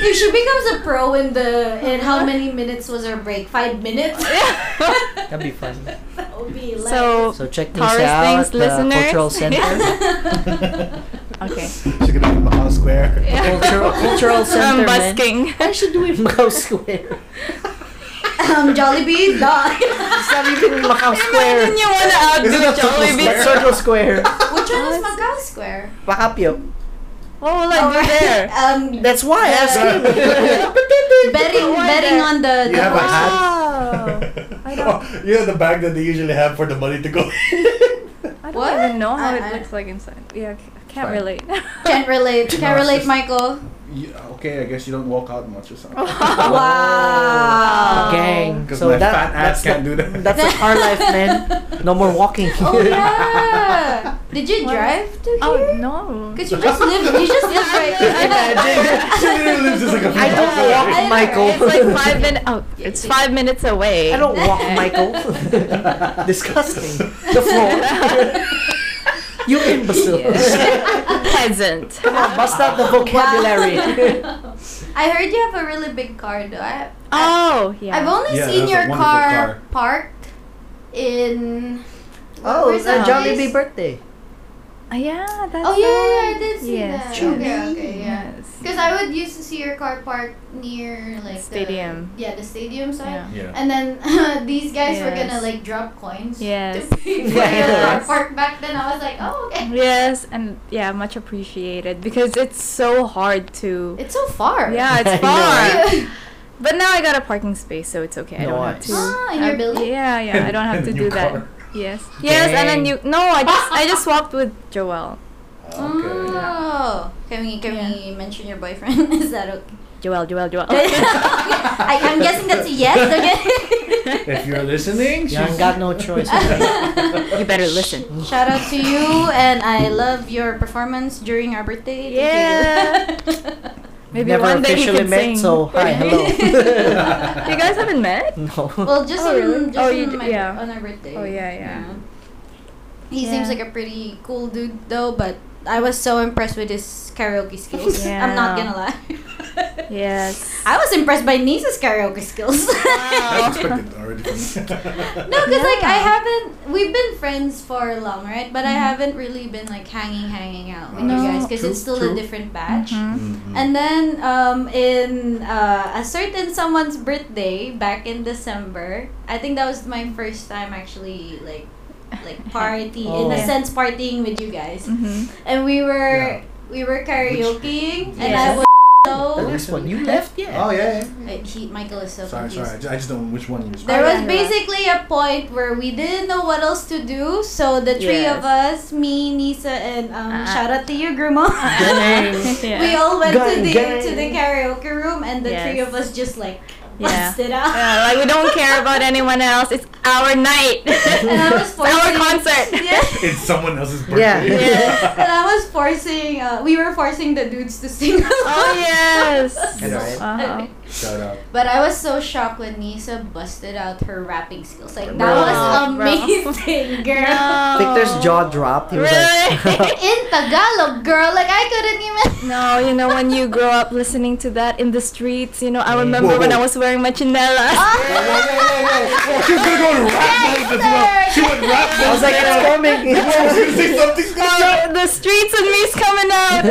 If she becomes a pro in the in how many minutes was her break? Five minutes. That'd be fun. That would be like- So So check this Taurus out. Things the listeners. Cultural Center. okay. She's gonna be Mahal Square. cultural, cultural Center. I'm man. busking. I should do it in Macau Square. um, Jollibee, dog. It's not even in Macau Imagine Square. you wanna outdo Isn't that Jollibee. Square? Circle Square. Which one is Macau Square? Oh, Pakapyo. What will I do right. there? Um, That's why I asked him. betting, one betting that- on the. You the have a horse. hat? Oh. I don't- you know the bag that they usually have for the money to go. even know how I- it I- looks like inside. Yeah, I ca- can't Fine. relate. Can't relate. No, Can't it's relate, just- Michael. You, okay, I guess you don't walk out much or something. Wow. Gang. Because So my that, fat that's ass can't do the- that. That's like our life, man. No more walking. Oh yeah. Did you What? drive to here? Oh no. Cause you just live. You just live right Imagine. she literally lives just like a I don't few blocks walk, away. I- Michael. It's like five minutes. Oh, it's five minutes away. I don't walk, Michael. Disgusting. The floor. you imbecile. Peasant. Come on, bust out the vocabulary. Wow. I heard you have a really big car, though. I, I, Oh yeah. I've only Yeah, seen that's a your wonderful car, car. parked in. Oh, where's it's a that Jollibee place? birthday. Uh, yeah. That's Oh yeah, yeah, right. I did see yes. that. Okay, okay, yeah. Yes. Because I would used to see your car parked near like Stadium. The, yeah, the stadium side. Yeah. Yeah. And then these guys were gonna Yes. like drop coins. Yes. To pay for your Yes. car park back then. I was like, oh okay. Yes, and yeah, much appreciated because it's so hard to. It's so far. Yeah, I it's know, right? far. But now I got a parking space, so it's okay. I don't have Nice. to. Ah, in your I- building? Yeah, yeah. I don't have And to a new do that. car. Yes. Yes, and then you. Dang. No, I just I just walked with Joel. Ah, Okay. Oh, can we can we mention your boyfriend? Is that okay? Joel, Joel, Joel. I, I'm guessing that's a yes. Okay. If you're listening, You ain't got no choice. you better listen. Shout out to you, and I love your performance during our birthday. Thank you. Maybe Never one day he officially can met, sing. so hi, hello. Mm. You guys haven't met? no. well, just Oh, on, really? just Oh, on, you d- my, yeah. on our birthday. Oh, yeah, yeah. He Yeah. seems like a pretty cool dude, though. But I was so impressed with his karaoke skills. I'm not Yeah. gonna lie. Yes. I was impressed by Nisa's karaoke skills. Wow. That's expected already. from- No, because like I Yeah. Mm-hmm. haven't. We've been friends for long, right? But I haven't really been like hanging, hanging out with you No. guys because it's True, still a true. different batch. Mhm. Mhm. And then um, in uh, a certain someone's birthday back in December, I think that was my first time actually like like party in a Oh. sense partying with you guys, Mhm. and we were Yeah. we were karaokeing, and I Yes. was The so next one, you left? Yeah. Oh yeah. Uh, he Michael is so yeah. Sorry, confused. sorry. I ju- I just don't know which one you was. Oh, There yeah, was yeah. basically a point where we didn't know what else to do, so the three Yes. of us, me, Nisa, and um, Uh-uh. shout out to you, Grumo. Gang. Yeah. We all went to Gang, the gang. to the karaoke room, and the three Yes. of us just like Yeah. busted out. Yeah, like we don't care about anyone else. It's our night. and I was it's our forcing. concert. Yeah. It's someone else's birthday. Yeah. Yeah. and I was forcing. Uh, we were forcing the dudes to sing. Oh yes. Uh-huh. Yeah. Yes. Wow. Shout out. But I was so shocked when Nisa busted out her rapping skills. Like that Bro. was Bro. amazing, girl. I think there's jaw dropped. He was Really? like, in Tagalog, girl. Like I couldn't even. No, you know when you grow up listening to that in the streets, you know I Mm. remember Whoa, when I whoa. was wearing my chinelas. Hey, hey, hey, hey, hey. She was gonna go to rap mode as well. She went rap mode. I was like, it's coming. I was gonna say something's going Oh, the streets and me's coming out.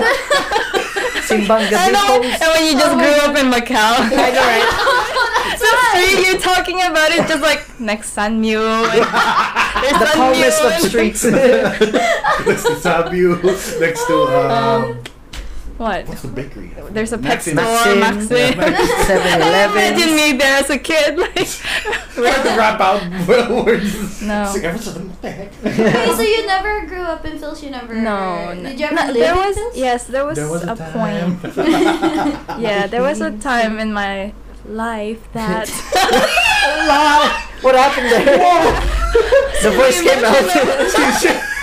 Simbang I know. gabi And when you Oh just grew up in Macau, I know, right? the street you're talking about is just like next Sanmu. and there's The Sanmu calmest of and- streets. Next to Sabu. Next to um. What? What's the bakery? There's a pet Maxim. store, Maxim. Maxim. Maxim. Imagine 7-Eleven. me there as a kid, like. We have to rap out words. No. It's like, everyone's like, what the heck? Wait, so you never grew up in Phils? You never. No, no, Did you ever live there in was Phils? yes, there was, There was a, time. point. yeah, there was a time in my life that What happened there? the voice came out.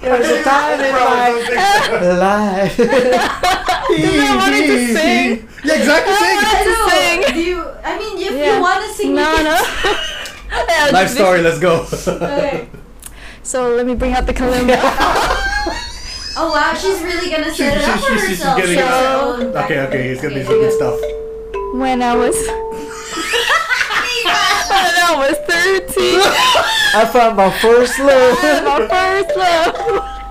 There was a time in my life. I wanted to sing. Yeah, exactly. Sing. I No, wanted to Do sing. you? I mean, if Yeah. you want to sing, No, you no. can. Yeah, Life this- story. Let's go. Okay. So let me bring out the kalimba. Oh wow, she's really gonna set it up for She's- she's- she's herself. getting it. She's so- okay, okay. It's gonna be some good stuff. when I was when I was thirteen, I found my first love. my first love.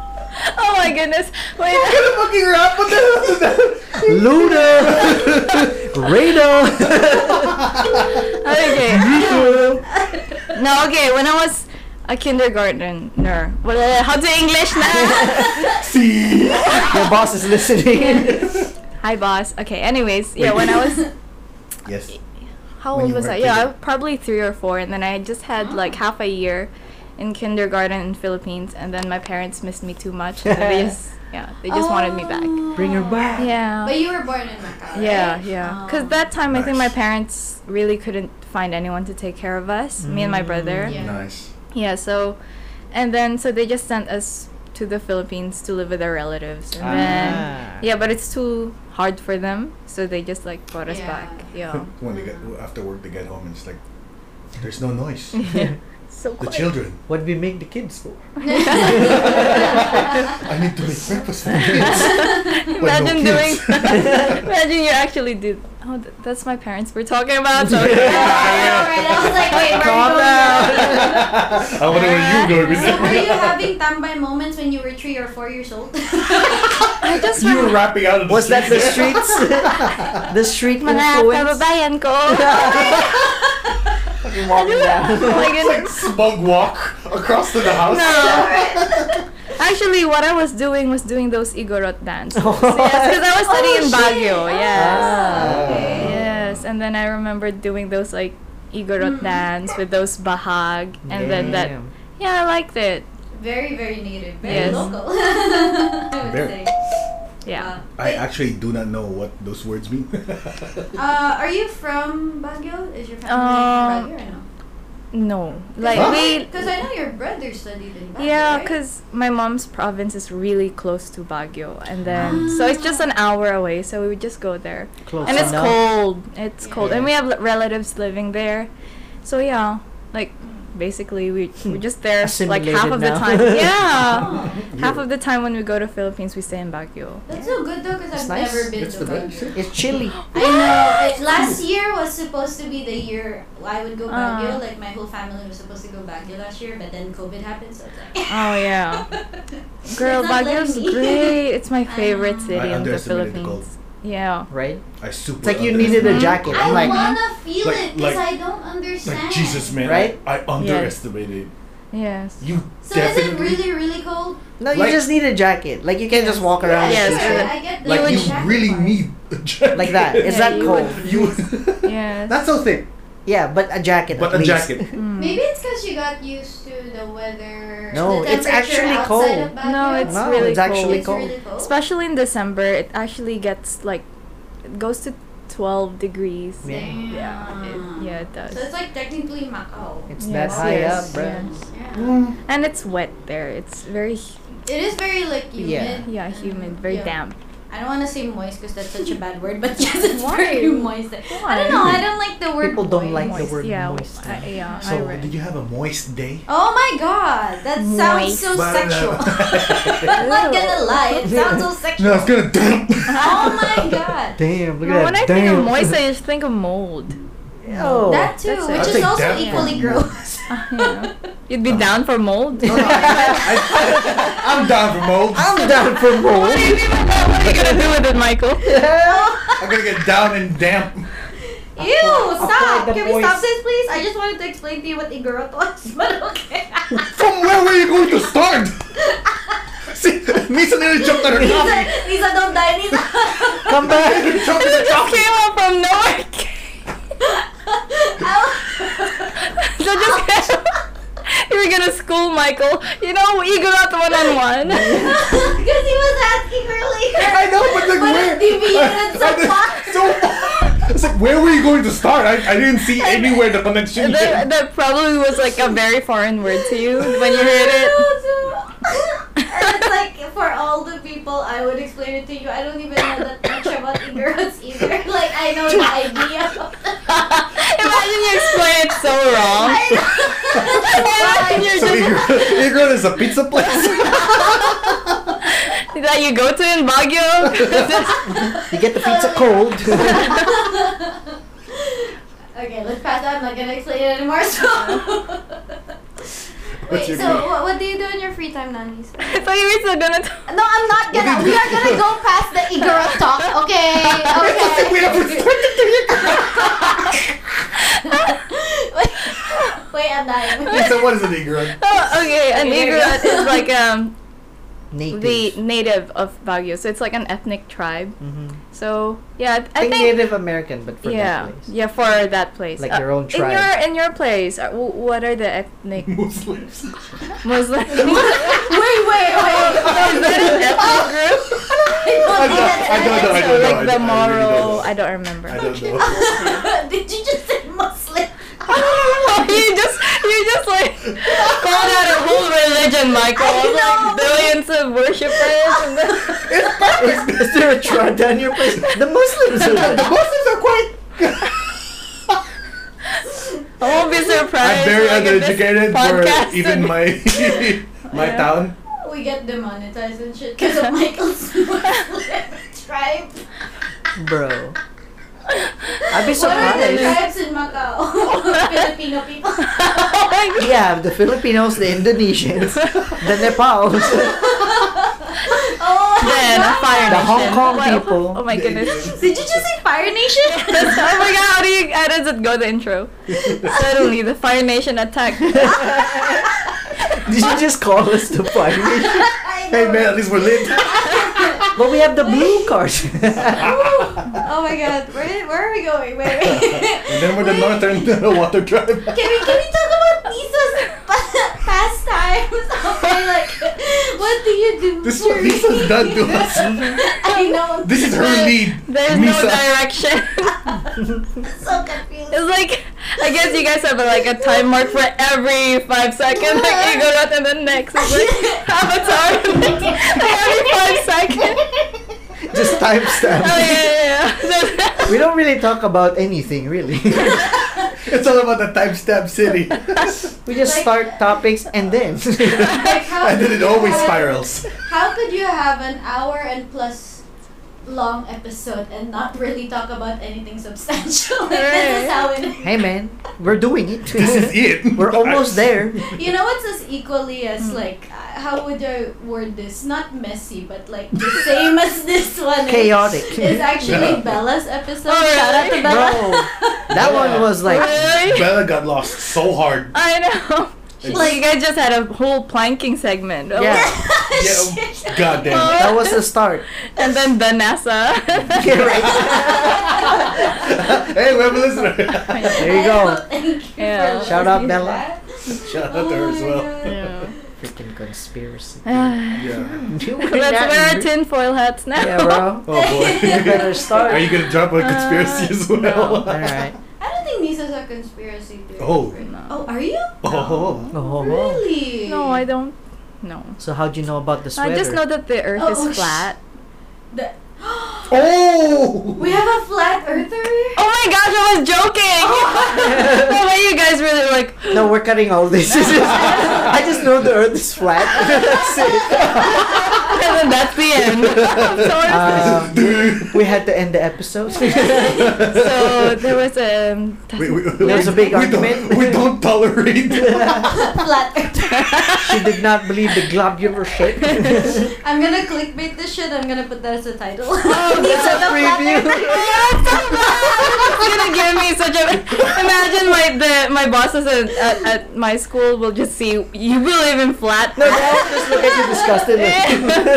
Oh my goodness! Wait. Gonna fucking rap with that. Luna. Rado. Okay. No, okay. When I was a kindergartner, well, uh, how to English now? See. Your boss is listening. Hi, boss. Okay. Anyways, yeah. When I was Yes. how When old you was were I? a Yeah, I kid. was probably three or four, and then I just had like half a year in kindergarten in Philippines, and then my parents missed me too much. and they just yeah, they just wanted me back. Bring her back. Yeah. Oh. But you were born in Macau. right? Yeah, yeah. Because Oh. that time I think my Nice. parents really couldn't find anyone to take care of us, me and my brother. Yeah. Nice. Yeah, so, and then, so they just sent us to the Philippines to live with their relatives. And Ah. then, yeah, but it's too hard for them, so they just like brought us Yeah. back. Yeah. when they get after work, they get home and it's like, there's no noise. so the quick. children. What we make the kids for? I need to make breakfast for the kids. With no imagine doing, kids. imagine you actually did. Oh, th- that's my parents we're talking about. So I was like, wait, where are you Calm going down. I wonder where you going with So were you that. having tambay moments when you were three or four years old? I just You were remember. rapping out of the Was that the streets? the street Mga influence? kababayan ko. Fucking walking down. Oh my Like goodness. smug walk across to the house. No. Actually, what I was doing was doing those Igorot dances. yes, because I Oh, was studying in Baguio. Yes. Ah. Okay. Oh, Yes, and then I remember doing those like Igorot Mm. dance with those bahag, and then that. Damn. Yeah, I liked it. Very, very native. Very Yes. local. I would Very. say. Yeah. I actually do not know what those words mean. Uh, are you from Baguio? Is your Um, family from Baguio or no? No, like Huh? we. Because I know your brother studied in Baguio. Yeah, right? because my mom's province is really close to Baguio, and Ah. then so it's just an hour away, so we would just go there. Close and it's enough. cold. It's cold, and Yeah. we have l- relatives living there, so yeah, like basically we we're just there like half Assimilated of the now. time. Yeah, half Yeah. of the time when we go to Philippines, we stay in Baguio. That's so good though, because I've It's nice. never been It's to the best. Baguio. It's chilly. I know. It, last year was supposed to be the year I would go Ah. Baguio. like my whole family was supposed to go Baguio last year, but then COVID happened, so it's like. Oh yeah, girl, It's not Baguio's letting me. great. It's my know. favorite I city in the underestimated the gold. Philippines. Yeah. Right? I super. It's like you needed a Mhm. jacket. I I'm like, wanna feel Like- it because like- I don't understand. Like Jesus, man. Right? I underestimated. Yes. You So is it definitely. really, really cold? no, you Like- just need a jacket. Like you can't just walk Yeah, around. Yes, with sure, a and jacket. I get the like would- you jacket really part. need a jacket. Like that. Is Yeah, that you cold? would- You. Yes. That's the thing. Yeah, but a jacket. But at a least. jacket. Mm. Maybe it's because you got used to the weather. No, the it's temperature actually outside cold. of Baguio. No, it's No, really it's actually cold. It's really cold. cold. Especially in December, it actually gets like, it goes to 12 degrees. Yeah. Damn. Yeah, it, yeah, it does. So it's like technically Macau. It's Yes, that high yes, up, bro. yes. Yeah. Mm. And it's wet there. It's very, hu- It is very like humid. Yeah. yeah, humid, very Yeah. damp. I don't want to say moist because that's such a bad word, but yes, it's Why? very moist. I don't know. I don't like the word. People don't like moist. the word yeah, moist. I, yeah, I So, read. did you have a moist day? Oh my god, that sounds so Moist. sexual. I'm not gonna lie, it sounds so sexual. No, it's gonna damp. Oh my god. Damn, look No, at when I that. think Damn. of moist, I just think of mold. Yo. That That's too, it. which I'd is say also damp equally from gross. Yeah. You'd be Uh-huh. down for mold. No, no, I, I, am down for mold. I'm down for what do you mold. mean by that? What are you gonna do with it, Michael? I'm gonna get down and damp. Ew, stop! the Can we stop moist. this, please? I just wanted to explain to you what igorot was, but okay. From where were you going to start? See, Misa nearly jumped on her Lisa, coffee. Lisa, don't die, Lisa! Come back. Jumped on the just coffee. came up from nowhere. Ow. So just you were gonna school Michael. You know, you go out one on one. Because he was asking earlier. I know, but like But where? it deviated so I- I- far. so far. It's like where were you going to start? I, I didn't see anywhere the connection. That, that probably was like a very foreign word to you when you heard it. and it's like for all the people, I would explain it to you. I don't even know that much about igorots either. Like I know the idea. Of Imagine you explain it so wrong. I Imagine know. you're So just, Igor is a pizza place. that you go to in Baguio. You get the pizza cold. okay, let's pass that. I'm not gonna explain it anymore. So. What's Wait, your so name? what, what do you do in your free time, Nanis? so you were still gonna talk. No, I'm not gonna. We are gonna go past the igorot talk. Okay. Okay. we have respected wait, wait, I'm dying. So what is an Igor? Oh, okay. An Yeah, yeah, egret yeah. is like um Native. the native of Baguio. So it's like an ethnic tribe. mm-hmm. So yeah, I, think, I think Native American, but for yeah, that place. yeah, for that place, Uh, Like your own In tribe. your in your place, uh, w- what are the ethnic Muslims. Muslim? wait, wait, Is that an ethnic group? I don't, Oh, I don't know. I don't know. I don't- I really don't know. like the Moro, I don't remember. I don't know. Did you just say Muslim? Oh, you just you just like called out a whole religion, Michael. I know. Like billions of worshippers. And then, is, is there a tribe down your place? The Muslims are the there. Muslims are quite. I won't be surprised. I'm very like, if this uneducated podcast for even would- my my Yeah. town. We get demonetized and shit because of Michael's Muslim tribe. Bro. I'd be What are the surprised. tribes in Macau? Filipino people. Yeah, the Filipinos, the Indonesians, the Nepals, Oh my Then a god. fire The Hong nation. Kong What- people. Oh my The goodness. Indians. Did you just say Fire Nation? That's- oh my god, how do you how does it go the intro? Suddenly the Fire Nation attacked. Did you just call us the party? I Hey know. man, at least we're lit. But we have the blue card. Oh my god, where, where are we going? Wait, wait. and then we're the Wait. northern water tribe. Can we, can we talk about Lisa's pa- pastimes? Okay, like, what do you do? This is for what Lisa's done to me? us. I know. This is her lead. There's Misa. no direction. so confused. It's like I guess you guys have like a time mark for every five seconds. Like you go out and then next is like Avatar. like every five seconds. just timestamp. Oh yeah, yeah, yeah. We don't really talk about anything, really. It's all about the timestamp city. we just Like- start topics and then. Like, how and then could it you always have- spirals. How could you have an hour and plus long episode and not really talk about anything substantial? Like, this is Right. how it. hey man, we're doing it. This is it. We're almost there. You know what's as equally Hmm. as like uh, how would I word this? Not messy, but like the same as this one. is- Chaotic. Is actually Yeah. Bella's episode. Oh, Shout out to really? Bella. That one was like, really? Bella got lost so hard. I know. Like you guys just had a whole planking segment. Oh, yeah, Yeah, oh, God damn. that was the start. And then the NASA. Okay, right. hey, we have a listener. There you go. Thank you. Yeah. for Shout listening out, to Bella. that. Shout out to her Oh as well. Yeah. Freaking conspiracy. Yeah. Let's Let's wear our tinfoil hats now. Yeah, bro. Oh You boy. better start. Are you gonna drop a Uh, conspiracy as well? All right. I don't think Nisa's a conspiracy theory. Oh. Oh, are you? Oh. Oh, wow. Really? No, I don't. No. So how do you know about the sweater? I just know that the Earth Oh, oh, is sh- flat. The- Oh. we have a flat earther? Oh my gosh, I was joking. Oh. the way you guys were there, like, No, we're cutting all this. This is- I just know the Earth is flat. That's it. and then that's the end. so, Um, we had to end the episode. Um, so there was a. Um, We, we, There was a big we argument. Don't, we don't tolerate. flat earther. she did not believe the globular shape. I'm gonna clickbait this shit. I'm gonna put that as a title. Oh, Oh, That's Nisa a the flat earther. preview. It's gonna give me such a. Imagine my the my bosses at, at, at my school will just see you believe in flat. No, they all just look at you disgusted.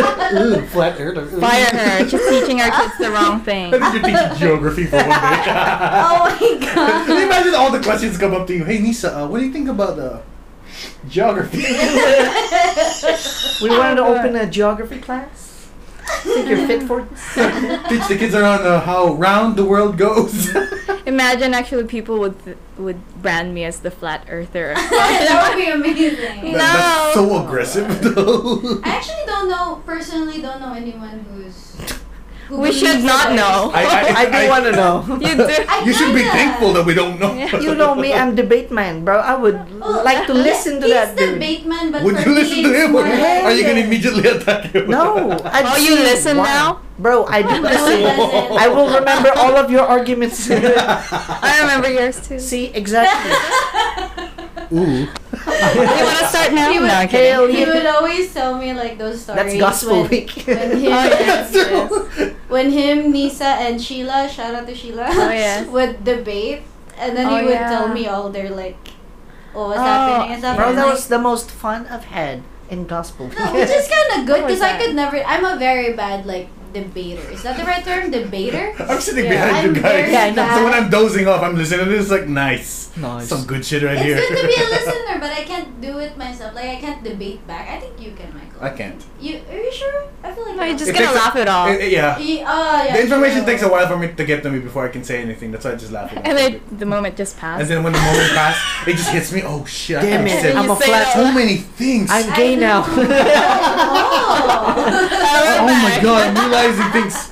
like, "Ooh, flat Earth. ooh." Fire her! She's teaching our kids the wrong thing. I think you're teaching geography for one day. Oh my god. Can you imagine all the questions come up to you? Hey, Nisa, uh, what do you think about uh, geography? We wanted to open a geography class. Think you're fit for this? Teach the kids around uh, how round the world goes. Imagine actually people would th- would brand me as the flat earther. that would be amazing. No. That- that's so aggressive, though. I actually don't know, personally, don't know anyone who's. Who We should believes not that. know. I do want to know. You do. I You should be kinda- thankful that we don't know. Yeah. You know me, I'm debate man, bro. I would Oh, like to listen to he's that the dude. Bateman, but Would for you me, listen to it's him? more Or like- are you gonna immediately attack him? No. Oh, I've you seen listen one. now? Bro, I do No, he listen. doesn't. I will remember all of your arguments. I remember yours too. See, exactly. Ooh. you want to start now? No, I'm kidding. Hell He would yeah. always tell me like those stories. That's gospel when, week. When him, Oh, yeah, That's true. when him, Nisa, and Sheila, shout out to Sheila, Oh, yes. would debate, and then he Oh, would yeah. tell me all their like, oh, what's Oh, happening, what's Bro, happening. that was the most fun I've had. in gospel. No, which is kind of good because I What's could that? never. I'm a very bad like debater. Is that the right term? Debater. I'm sitting Yeah, behind I'm you guys. very Yeah, I know. So when bad. I'm dozing off, I'm listening to this like nice. Nice. Some good shit right It's here. good to be a listener, but I can't do it myself. Like I can't debate back. I think you can, Michael. I can't. You are you sure? I feel like No, I you're It just don't. gonna takes a- laugh it Uh, off. It- it- yeah. Ye- oh, yeah, The information sure. takes a while for me to get to me before I can say anything. That's why I just laugh. at it. and then the moment just and passed. then when the moment passed, it just hits me. Oh shit! I Damn kinda it! said You I'm a say flat. that. so many things. I'm gay I- now. Oh. oh my god! I'm realizing things.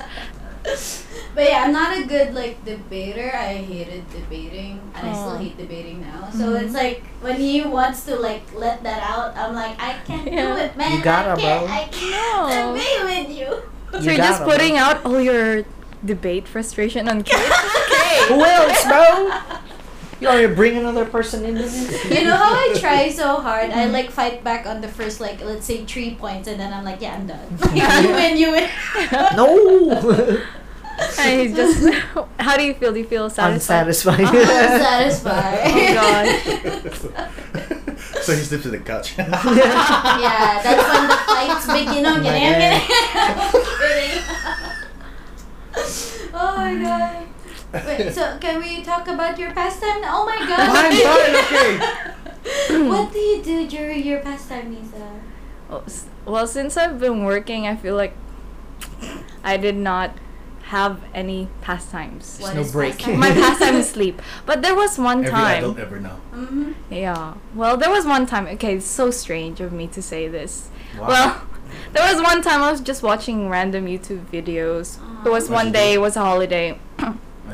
But yeah, I'm not a good like debater. I hated debating, and I still Oh. hate debating now. So Mhm. it's like when he wants to like let that out, I'm like, I can't do Yeah. it, man. You gotta, I can't. bro. I No. can't debate with you. so You you're just gotta, putting out all your debate frustration on kids. okay. Who else, bro? You want me to bring another person in this? You know how I try so hard? I like fight back on the first like let's say three points, and then I'm like, yeah, I'm done. you win, you win. No. And he's just. How do you feel? Do you feel satisfied? Unsatisfying. I'm satisfied. Oh, God. Oh, so he slips to the couch. yeah, that's when the fights begin. I'm kidding. I'm kidding. kidding. oh my god. Wait, so can we talk about your pastime? Oh my god. Fine, fine, okay. what do you do during your pastime, Nisa? Oh, s- Well, since I've been working, I feel like I did not have any pastimes. What no is break. pastime? My pastime is sleep. But there was one Every time. adult ever know. Mhm. Yeah. Well, there was one time. Okay, it's so strange of me to say this. Wow. Well, there was one time I was just watching random YouTube videos. There What'd was you one day, do? it was a holiday, As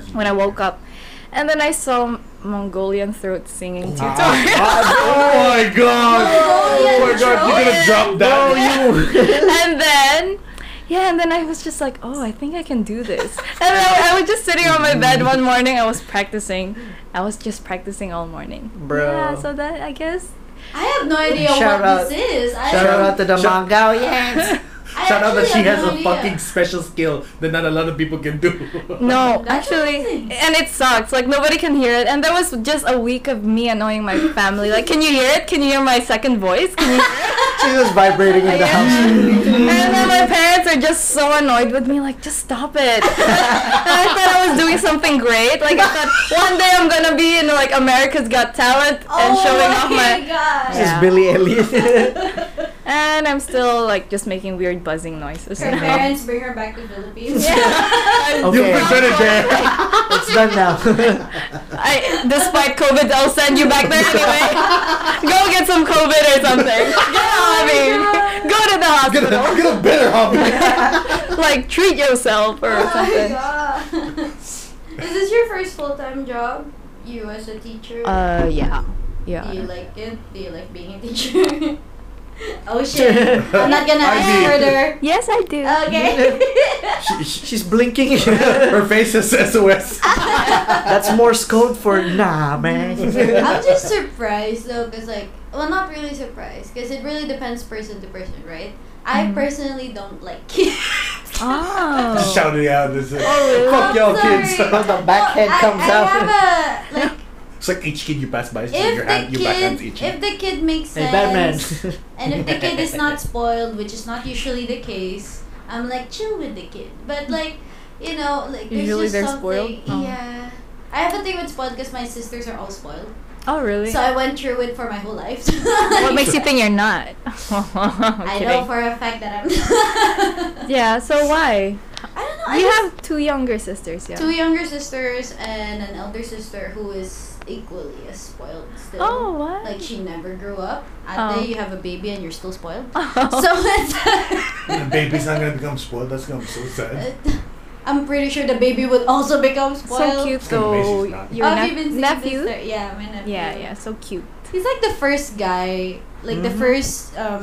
you when I do. woke up. And then I saw Mongolian throat singing Oh, tutorial. oh my god! Oh, Oh my god! You're gonna drop that. and then yeah and then i was just like oh i think i can do this and I, I was just sitting on my Mm. bed one morning i was practicing i was just practicing all morning Bro. yeah so that i guess I have no idea Shout what out- this is. I Shout out to the Shout- manga. Yes. I Shout out that actually she have has no a idea. fucking special skill that not a lot of people can do. no That's actually amazing. and it sucks like nobody can hear it and there was just a week of me annoying my family like can you hear it can you hear my second voice can you hear it She was vibrating in the house. and then my parents are just so annoyed with me, like, just stop it. and I thought I was doing something great. Like, I thought one day I'm gonna be in, like, America's Got Talent and Oh showing off my. god. This is Yeah. Billy Elliot. And I'm still, like, just making weird buzzing noises. Her somehow. parents bring her back to Philippines. Yeah. Oh Okay. You've been better there. it's done now. I, despite COVID, I'll send you back there anyway. Go get some COVID or something. Get a Oh hobby. Go to the Get a, hospital. get a better hobby. Like, treat yourself or Oh my something. god. Is this your first full time job? You as a teacher? Uh, yeah. Yeah. Do you like it? Do you like being a teacher? oh shit. I'm not gonna I ask mean- further. Yes, I do. Uh, Okay. she, she's blinking. Her face says SOS. That's Morse code for nah, man. I'm just surprised though, because like, well, not really surprised, because it really depends person to person, right? Mm-hmm. I personally don't like kids. Oh. Just shouted it out. It's like, Oh, Fuck I'm y'all sorry. kids. the back Well, head I, comes I out. have a like. it's like each kid you pass by, it's just if your, the hand, your back hand's kid, itching. if the kid makes Hey, sense, Batman. and if the kid is not spoiled, which is not usually the case, I'm like chill with the kid. But like, you know, like there's Hmm. Usually just they're something- spoiled? Oh. Yeah, I have a thing with spoiled because my sisters are all spoiled, Oh, really? so I went through it for my whole life. what makes you think you're not? I'm I kidding. know for a fact that I'm. I yeah. So why? don't know. I You just- have two younger sisters. Yeah. two younger sisters and an elder sister who is equally as spoiled still. Oh, what? Like she never grew up. Ate, Oh. you have a baby and you're still spoiled. Oh. So it's the baby's not gonna become spoiled. That's gonna be so sad. Uh, I'm pretty sure the baby would also become So spoiled. cute It's gonna be though. amazing, not- Your oh, have nep- you been seeing nephew. This, there? yeah, my nephew. Yeah, yeah. So cute. He's like the first guy, like the Mm-hmm. Mhm. first um,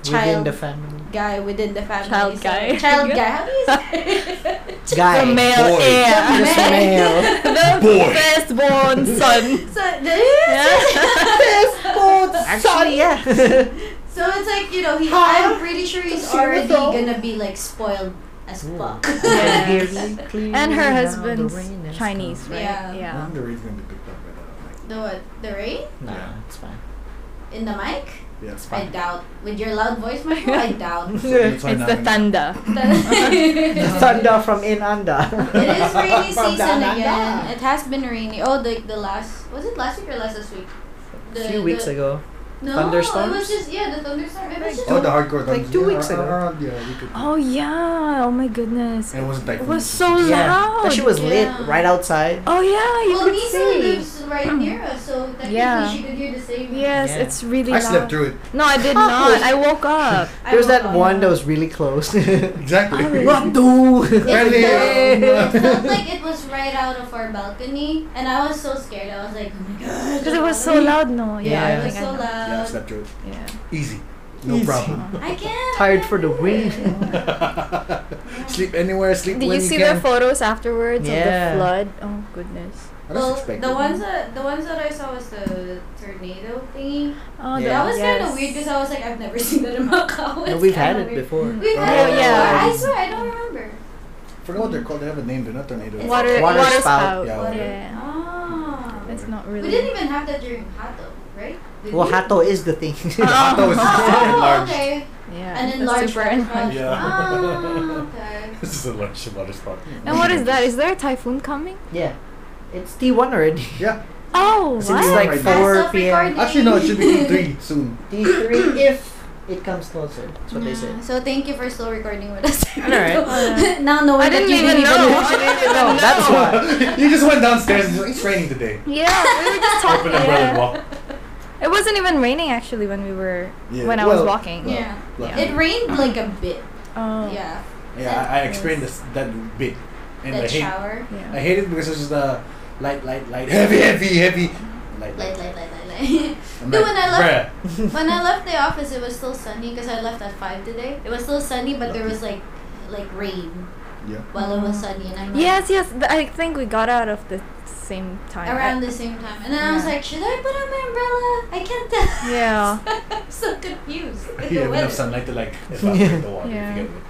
Within child the family. guy within the family. Child so- guy. Child guy. How do you say? Guy. the male boy. heir. Just man. male. the Boy. firstborn son. so, yeah. Actually, yeah. So it's like you know he. Huh? I'm pretty sure he's Zero already though. gonna be like spoiled as Ooh. fuck. Yeah. And And her husband's Chinese, right? Yeah. I wonder if he's gonna be picked up by that. the what? The rain Nah, Yeah. it's fine. in the mic? Yeah, it's I fine. doubt. With your loud voice, Michael, I doubt. So that's why It's not the gonna- thunder. it Thunder from in under. is rainy From season Dananda. again. It has been rainy. Oh, the, the last. Was it last week or last this week? A The- few weeks the- ago. No, it was thunderstorms? just yeah, the thunderstorm. It was just Oh, the hardcore Like thunder. two Yeah, weeks ago. around- yeah, we could- Oh yeah! Oh my goodness! And it wasn't It typhoon. was so just- loud. That she was Yeah. lit right outside. Oh yeah, you well, could Lisa see. lives right near us, so technically Yeah. she could hear the same. Yes, Yeah. it's really. I loud. slept through it. No, I did Oh. not. I woke up. I There's woke that up. one that was really close. Exactly. Oh, what do? Really? It felt like it was right out of our balcony, and I was so scared. I was like, oh my god. Because it was so loud. No, yeah, Yeah. I It was think I so know. Yeah, I loud. slept through it. Yeah. Easy. No Easy. problem. I can't. Tired for the wind. sleep anywhere, sleep Did when you see can. the photos afterwards Yeah. of the flood? Oh goodness. I Well, was expecting. the ones that the ones that I saw was the tornado thingy. Oh, Yeah. That was kind yes. of weird because I was like, I've never seen that in Macau. No, It's we've had kinda it weird. before. We've Oh, had it before. yeah. I swear, I don't remember. forgot what they're called. They have a name. They're not tornadoes. It's- Water, Water water, spout. spout. Oh, Yeah, Yeah. water. Ah. That's not really. We didn't even have that during Hato, right? Did Well, we? Hato is the thing. Oh. Hato is just Oh, oh, enlarged. okay. Yeah. And then that's large super water enlarged. spout. Yeah. Ah, okay. This is a large water spot. And what is that? Is there a typhoon coming? yeah. It's T1 already. Yeah. Oh, It's what? like like Right now. 4 Stop p.m. recording. Actually, no. It should be three soon. T3 if it comes closer. That's what they say. Yeah, Ah, So thank you for still recording with us. Alright. Alright. now knowing I that didn't you even know. I know. didn't even No, know. that's why. you just went downstairs and just, it's raining today. Yeah, we were just talking. Open umbrella and yeah. walk. It wasn't even raining actually when we were Yeah. when I was Well, walking. well. Yeah. Lucky. It rained like a bit. Oh. Yeah. Yeah, I, I experienced this, that bit, and I that hate. shower. I Yeah. hate it because it's just a light, light, light, heavy, heavy, heavy. Light, Light, light, light, light, I'm Dude, like, when I left- "Bruh." light. when I left the office, it was still sunny because I left at five today. It was still sunny, but there was like like rain Yeah. while it was sunny, and I'm like, Yes, yes. th- I think we got out of the same time. around the same time. And then I was Yeah. like, should I put on my umbrella? I can't tell. Yeah. I'm so confused. with You the have enough weather. Oh sunlight to like evaporate the water. Yeah. If you get it.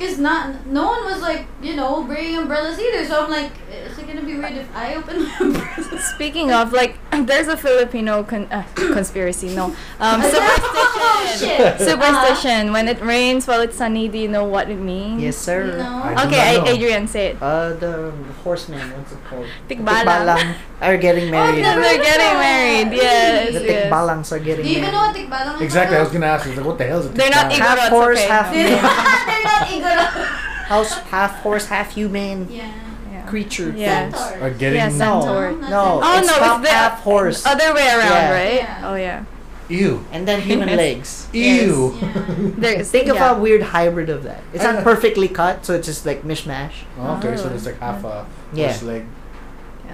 Cause not no one was like you know bringing umbrellas either. So I'm like, is it gonna be weird if I open my umbrella? Speaking of, like, there's a Filipino con- uh, conspiracy. No, um, Oh, superstition. shit. superstition. When it rains while it's sunny, do you know what it means? Yes, Uh-huh. sir. No. I do Okay, not I- know. Adrian, say it. Uh, the horseman, what's it called? Tikbalang. Tikbalang are getting married. never- They're getting married. Yes. the yes. Tikbalangs are getting Do you even know married. what tikbalang is? Exactly, I was Michael? gonna ask. I was like, what the hell is it? They're not Tikbalang? Igor, Half it's horse, okay. half They're man. not igoro. House, half horse, half human Yeah. Yeah. creature. Yeah. thing. Are getting Yes, No, Centaur. no. Oh it's no, half, it's the half horse. other way around, Yeah. right? Yeah. Oh yeah. ew, and then human Yes. legs. ew. There's, Think yeah. Uh-huh. of a weird hybrid of that. It's Okay. not perfectly cut, so it's just like mishmash. Oh, okay, so Oh. it's like half a Yeah. horse leg.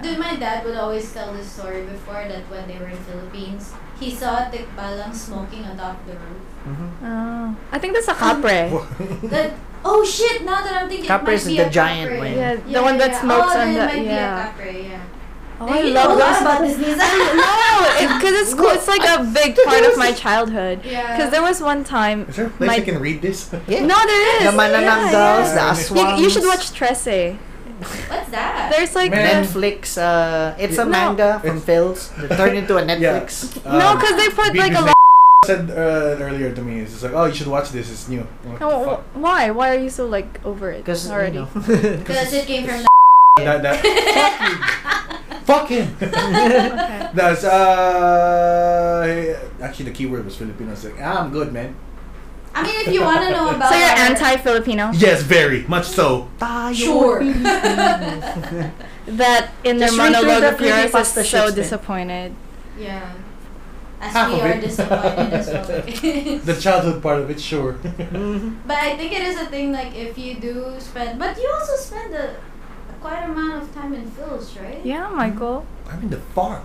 Dude, my dad would always tell this story before that when they were in Philippines, he saw a tikbalang smoking atop the roof. Mm-hmm. Oh, I think that's a capre. That oh shit! Now that I'm thinking, it Capre might is be a the giant capre. one. Yeah, the one that yeah. smokes oh, on then it the- might yeah. Be a capre, yeah. Oh, Then I you know love a lot those. about this, Nisa. No, because it's cool. It's like a big part of my childhood. Yeah. Because there was one time. Is there a place My- I can read this? Yeah. No, there is. the Mananang Dolls, the yeah. Aswang. You, you should watch Tresse. What's that? There's like Man. the- Netflix. Uh, it's a No. manga from Phil's. They turned into a Netflix. no, Um, because they put like a lot. said uh, earlier to me, it's just like, oh, you should watch this. It's new. I'm like, No, "Fuck." wh- why? Why are you so like over it Because already? You know. Because it came from That, that, fuck you. Fuck him. okay. That's uh. Actually, the keyword was Filipino. It's like, "Ah, I'm good, man. I mean, if you want to know about So you're our- anti-Filipino. Yes, very much so. Tayo Sure. Pilipino. That inner Just read through monologue the of yours is creepypasta shits so then. disappointed. Yeah. As Half we of are it. disappointed as well. The childhood part of it, sure. Mhm. but I think it is a thing like if you do spend, but you also spend a, a quite amount of time in Phils, right? Yeah, Michael. I'm in the farm.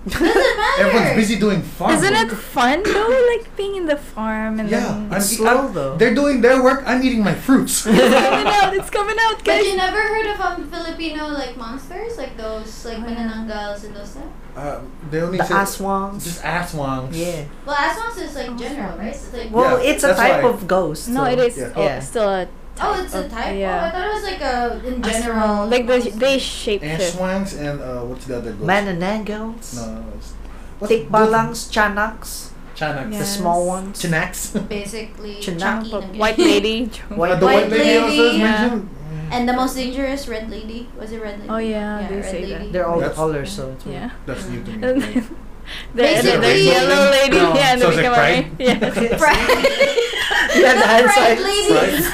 Doesn't matter. Everyone's busy doing farm. Isn't work. it fun though? Like being in the farm and Yeah, then. I'm, It's slow, I'm- though. They're doing their work. I'm eating my fruits. it's coming out. It's coming out, But guys. you never heard of um, Filipino like monsters, like those Oh, like mananangals and those stuff. uh, they only The said- Aswangs. Just aswangs. Yeah. Well, aswangs is like general, right? It's like Well, Yeah, it's a that's type why- of ghost. No, so- it is Yeah. oh, Yeah. still a. oh, it's of- a type. Oh, I Yeah. thought it was like a in As well, general. Like the, monster. they shapeshift. Aswangs and uh, what's the other ghost? Mananangals, No, it's- what's- Tikbalangs, Chanaks, Chanax. The Yes. small ones. Chanax. Basically, Chinang, Chucky But na- White lady. Uh, White the white White lady, also is lady. Yeah. mentioned. And the most dangerous red lady was it red lady? Oh, yeah, they red say that. lady. They're all That's- colors, so it's Yeah. That's new to me. And Like, then there's Basically- there's yellow lady. No. Yeah, and So then it's like we come pride? out. Yeah. Yeah, the the hindsight. pride ladies.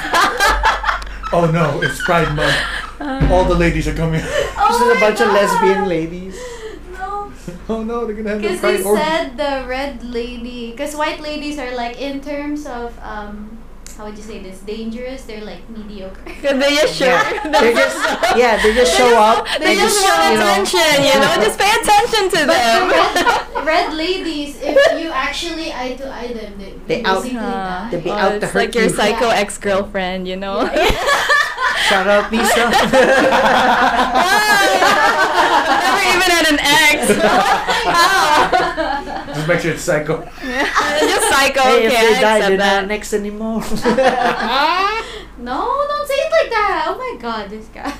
oh no, it's Pride Month. Uh, All the ladies are coming. This Oh is a my bunch of God. lesbian ladies. No, oh no, they're gonna have a because they Pride orgy. said the red lady. Because white ladies are like in terms of um, how would you say this? Dangerous. They're like mediocre. They just show. Yeah. They just, yeah, they just show up. They just want you know, attention, you know. Just pay attention to But the them. red, red ladies, if you actually eye to eye them, they, They out- basically Uh, die. They be oh, out it's to hurt like your you. psycho Yeah. ex girlfriend, you know. Shout out Lisa. Never even had an ex. Wow. Just make sure it's psycho. just psycho. hey, okay, if I they die, they're accept that. not next anymore. No, don't say it like that. Oh my god, this guy.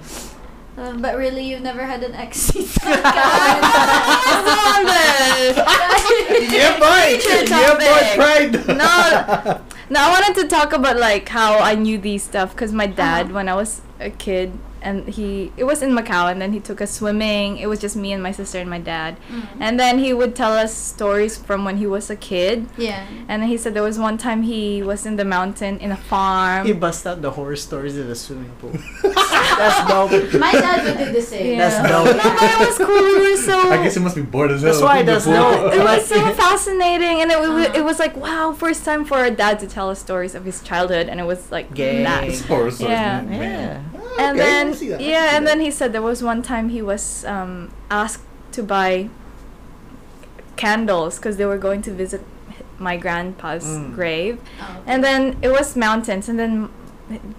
Um, but really, you've never had an ex. yeah, boy. Future Yeah, boy. topic. Pride. No. Now I wanted to talk about like how I knew these stuff because my dad Uh-huh. when I was a kid and he it was in Macau and then he took us swimming. It was just me and my sister and my dad. And then he would tell us stories from when he was a kid. yeah. And then he said there was one time he was in the mountain in a farm. you bust out the horror stories in the swimming pool. That's dope. My dad would do the same. That's Yeah. dope. No, but it was cool. So I guess it must be bored as hell. That's why in the there's pool. no- it was so fascinating, and it, wa- Uh-huh. it was like wow, first time for a dad to tell us stories of his childhood, and it was like Gay. It's that. horror stories, Yeah. man. And Okay, I then see that, I see yeah, and that. then he said there was one time he was um, asked to buy candles because they were going to visit my grandpa's Mm. grave, Oh. and then it was mountains, and then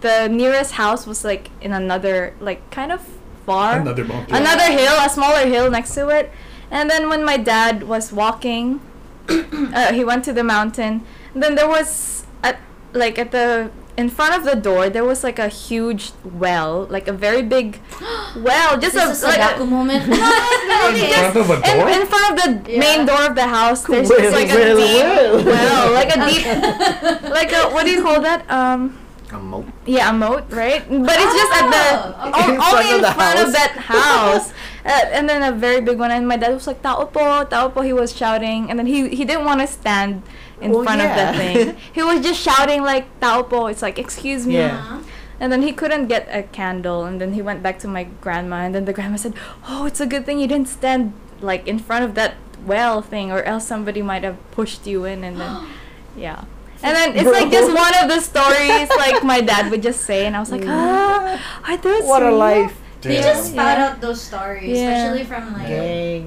the nearest house was like in another like kind of far Another monkey. another hill, a smaller hill next to it. And then when my dad was walking, uh, he went to the mountain. Then there was at like at the in front of the door there was like a huge well, like a very big well, just this is a, like Sadako a moment. no, In just- front of a in, door? in front of the Yeah. main door of the house, there's Well, just like a well, well. deep well, like a deep, like a what do you call that? Um, A moat. yeah, a moat, right? But it's just at the Oh, o- okay. In front only of in the front house. of that house, uh, and then a very big one. And my dad was like, "Tao po, tao po." He was shouting, and then he he didn't want to stand in Oh, front of that yeah. thing. He was just shouting like "tao po." It's like, "Excuse me." Yeah. Uh-huh. And then he couldn't get a candle, and then he went back to my grandma, and then the grandma said, "Oh, it's a good thing you didn't stand like in front of that well thing, or else somebody might have pushed you in." And then, yeah. And then it's like just one of the stories like my dad would just say, and I was like, ah, are those What a real?" life. Damn. They just spout Yeah. out those stories, Yeah. especially from like. Yeah. Gang.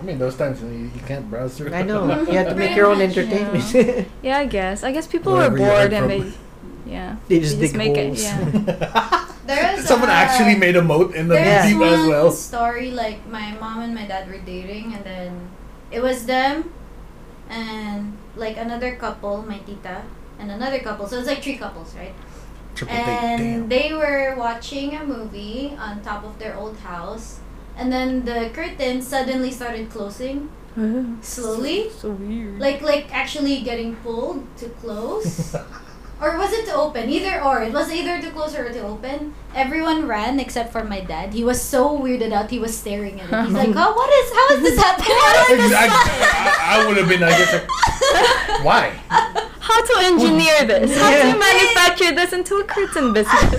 I mean, those times you, know, you you can't browse through. I know. You have to make your own Pretty much, entertainment. Yeah, I guess. I guess people Wherever were you heard bored, and from. they, yeah, they just dig make it. holes. Yeah. There is Someone a- actually made a moat in the deep There's one as well. story like my mom and my dad were dating, and then it was them and like another couple, my tita, and another couple. So it's like three couples, right? Triple date, And damn. they were watching a movie on top of their old house, and then the curtain suddenly started closing slowly, so weird. like like actually getting pulled to close. Or was it to open? Either or. It was either to close or to open. Everyone ran except for my dad. He was so weirded out. He was staring at it. He's like, "Oh, what is? How is this happening?" Exact- I, I would have been, I guess, like, why? How to engineer this? How Yeah. to manufacture this into a curtain business?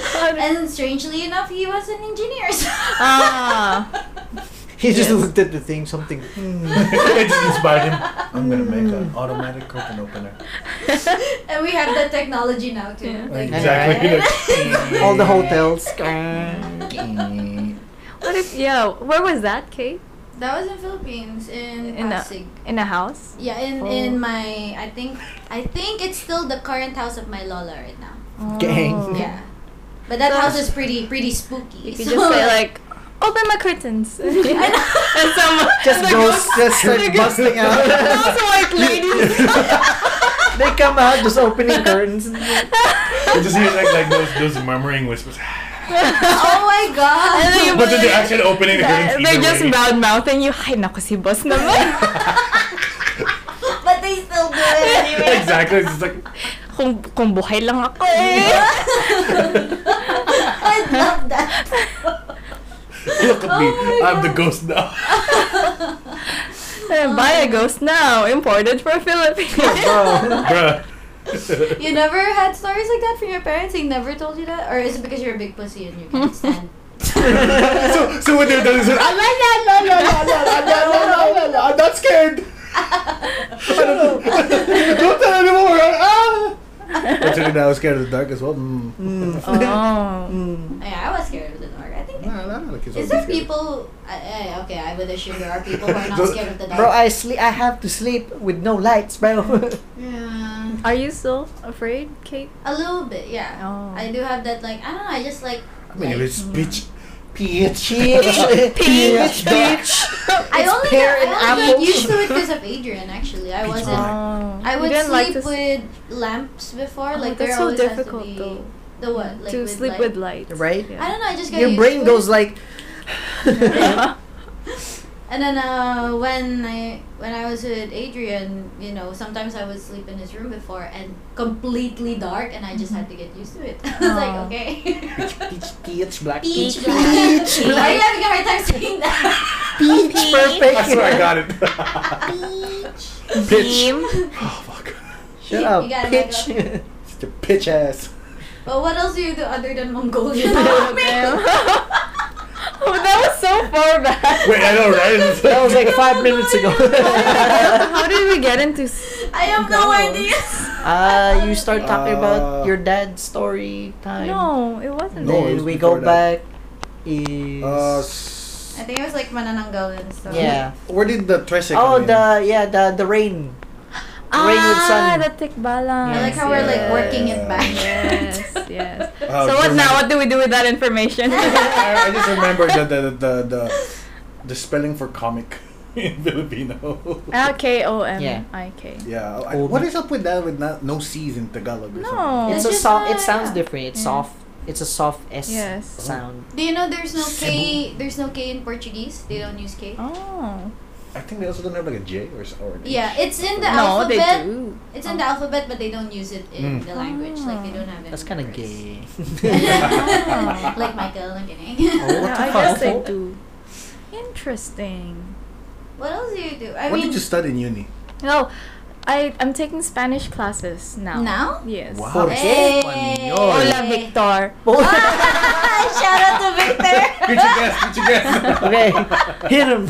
and strangely enough, he was an engineer. so- Ah. He just Yes. looked at the thing, something. hmm. it just inspired him. I'm gonna make Hmm. an automatic curtain opener. and we have that technology now too. Yeah. Like, Exactly. right? All the hotels. What if yeah? Where was that, Kate? that was in Philippines in, In a- Pasig. In a house? yeah, in Oh. in my I think I think it's still the current house of my lola right now. Gang. Oh. Yeah. But that So- house is pretty pretty spooky. If you so- just say like, open my curtains, and some Just the ghosts just the start ghost- busting those out. white ladies. they come out just opening curtains. It just hears like, like those, those murmuring whispers. oh my And god. then you But then they're believe- actually opening the curtains they're either just way. bad mouthing you. Hi, nako si boss naman. anyway. exactly. It's just like Kung, kung buhay lang ako eh. I love that. look at me. Oh my I'm the God. ghost now. Eh, Buy a ghost now. Imported from Philippines. Bro. Bruh. You never had stories like that from your parents? They never told you that? Or is it because you're a big pussy and you can't stand? so, so when they're done, it's like, "Ah, la, la, la, la, la, la, la, la, la, la, la, I'm not scared. I don't, don't tell anymore. Ah. Actually, now I was scared of the dark as well. Mm. Mm. oh. Mm. yeah, I was scared of the dark. I think. Nah, nah, nah, the kids won't be Is there scared. people? I, I, okay, I would assume there are people who are not Don't- scared of the dark. Bro, I sleep. I have to sleep with no lights, bro. yeah, Are you still afraid, Kate? a little bit. Yeah, Oh. I do have that. Like I don't know. I just like. I mean, if like- it's bitch, peach. Peach, Peach, peach. I only pear got, and I only got apples. used to it because of Adrian. Actually, I Peach wasn't. wine. Oh. I You would didn't sleep like to s- with lamps before. Oh, that's like there so always difficult, has to be though. the what like to with sleep light. with lights. Right? I don't know. I just got Your used brain to goes it. like. And then uh, when I when I was with Adrian, you know, sometimes I would sleep in his room before and completely dark, and I just had to get used to it. I was like, Aw. okay. peach, peach, black Peach peach, black. peach, Why are you black having a hard time saying that? peach, perfect. I swear I got it. Beam. oh fuck. Shut You up, gotta peach. back It's a bitch ass. But what else do you do other than Mongolian Oh, hopping? damn. Oh, that was so far back. Wait, I know, right? It's That was like five minutes ago. How did we get into? s- I have no No. idea. Uh, you start talking Uh, about your dad's story time. No, it wasn't. No, it Then was we go before that. back. Is Uh, s- I think it was like Manananggal and Uh, stuff. yeah. where did the tricep? Oh, come in? the yeah the the rain. Rain with Ah, sun. the tikbalang. I like how we're like Yes. working it Yeah. back. Yes, yes. Oh, so what sure. now? What do we do with that information? I, I just remember the the, the the the spelling for comic in Filipino. L K O M Yeah. I K. yeah, I, Old. what is up with that? With not, no C's in Tagalog or No. something. It's It's, a just soft. a- It sounds yeah. different. It's Yeah. soft. It's a soft S Yes. sound. Do you know there's no K? There's no K in Portuguese. They don't use K. Oh. I think they also don't have like a J or s- or an H. Yeah, it's in the no, they alphabet. do. It's in the alphabet, but they don't use it in Hmm. Mm. the language. Like they don't have it. That's in kind of words. gay. Oh. like Michael, I'm kidding. Oh, Yeah, what the I guess they fuck? do. Interesting. What else do you do? I what mean, did you study in uni? No, I I'm taking Spanish classes now. now? Yes. Wow. Por Hey. qué? Hola, Victor. Shout out to Victor. Good you guess. Good you guess. okay, hit him.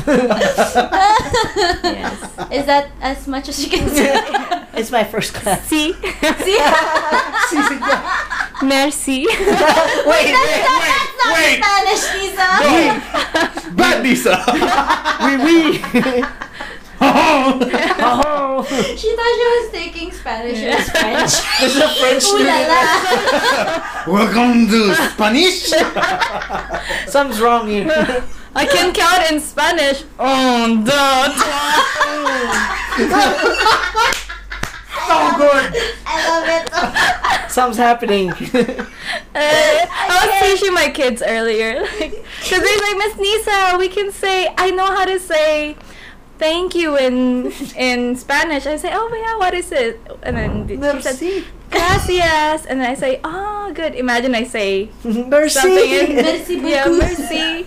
yes. Is that as much as you can say? it's my first class. See. See? Merci. wait, wait. That's not Wait. Spanish, Lisa. Bad Lisa. We we. oh, She thought she was taking Spanish. It was French. this is a French Ooh la student. la. Welcome to Spanish. Something's wrong here. I can count in Spanish. Oh, On the so good. I love it. Something's happening. Uh, I was teaching my kids earlier, like, cause they're like, Miss Nisa, we can say, I know how to say, thank you in in Spanish. I say, oh yeah, what is it? And then th- she said, Merci. gracias. And then I say, oh good. Imagine I say something Merci. in Merci yeah, beaucoup. merci.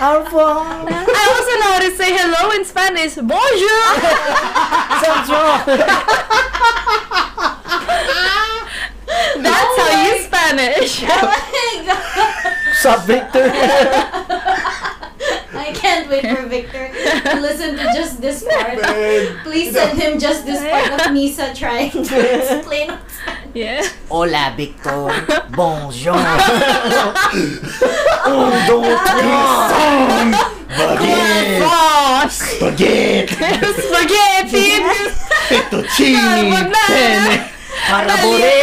Au revoir. I also know how to say hello in Spanish. Bonjour. Something's wrong. That's Oh how you my- Spanish. Oh my god. Sup, Victor? I can't wait for Victor to listen to just this part. Man. Please send him just this part of Nisa trying to explain. yeah. Hola, Victor. Bonjour. Oh, Un, deux, trois. Song. Baguette. Croissant. Baguette. Spaghetti. Fettuccine. Carbonara. Parabole.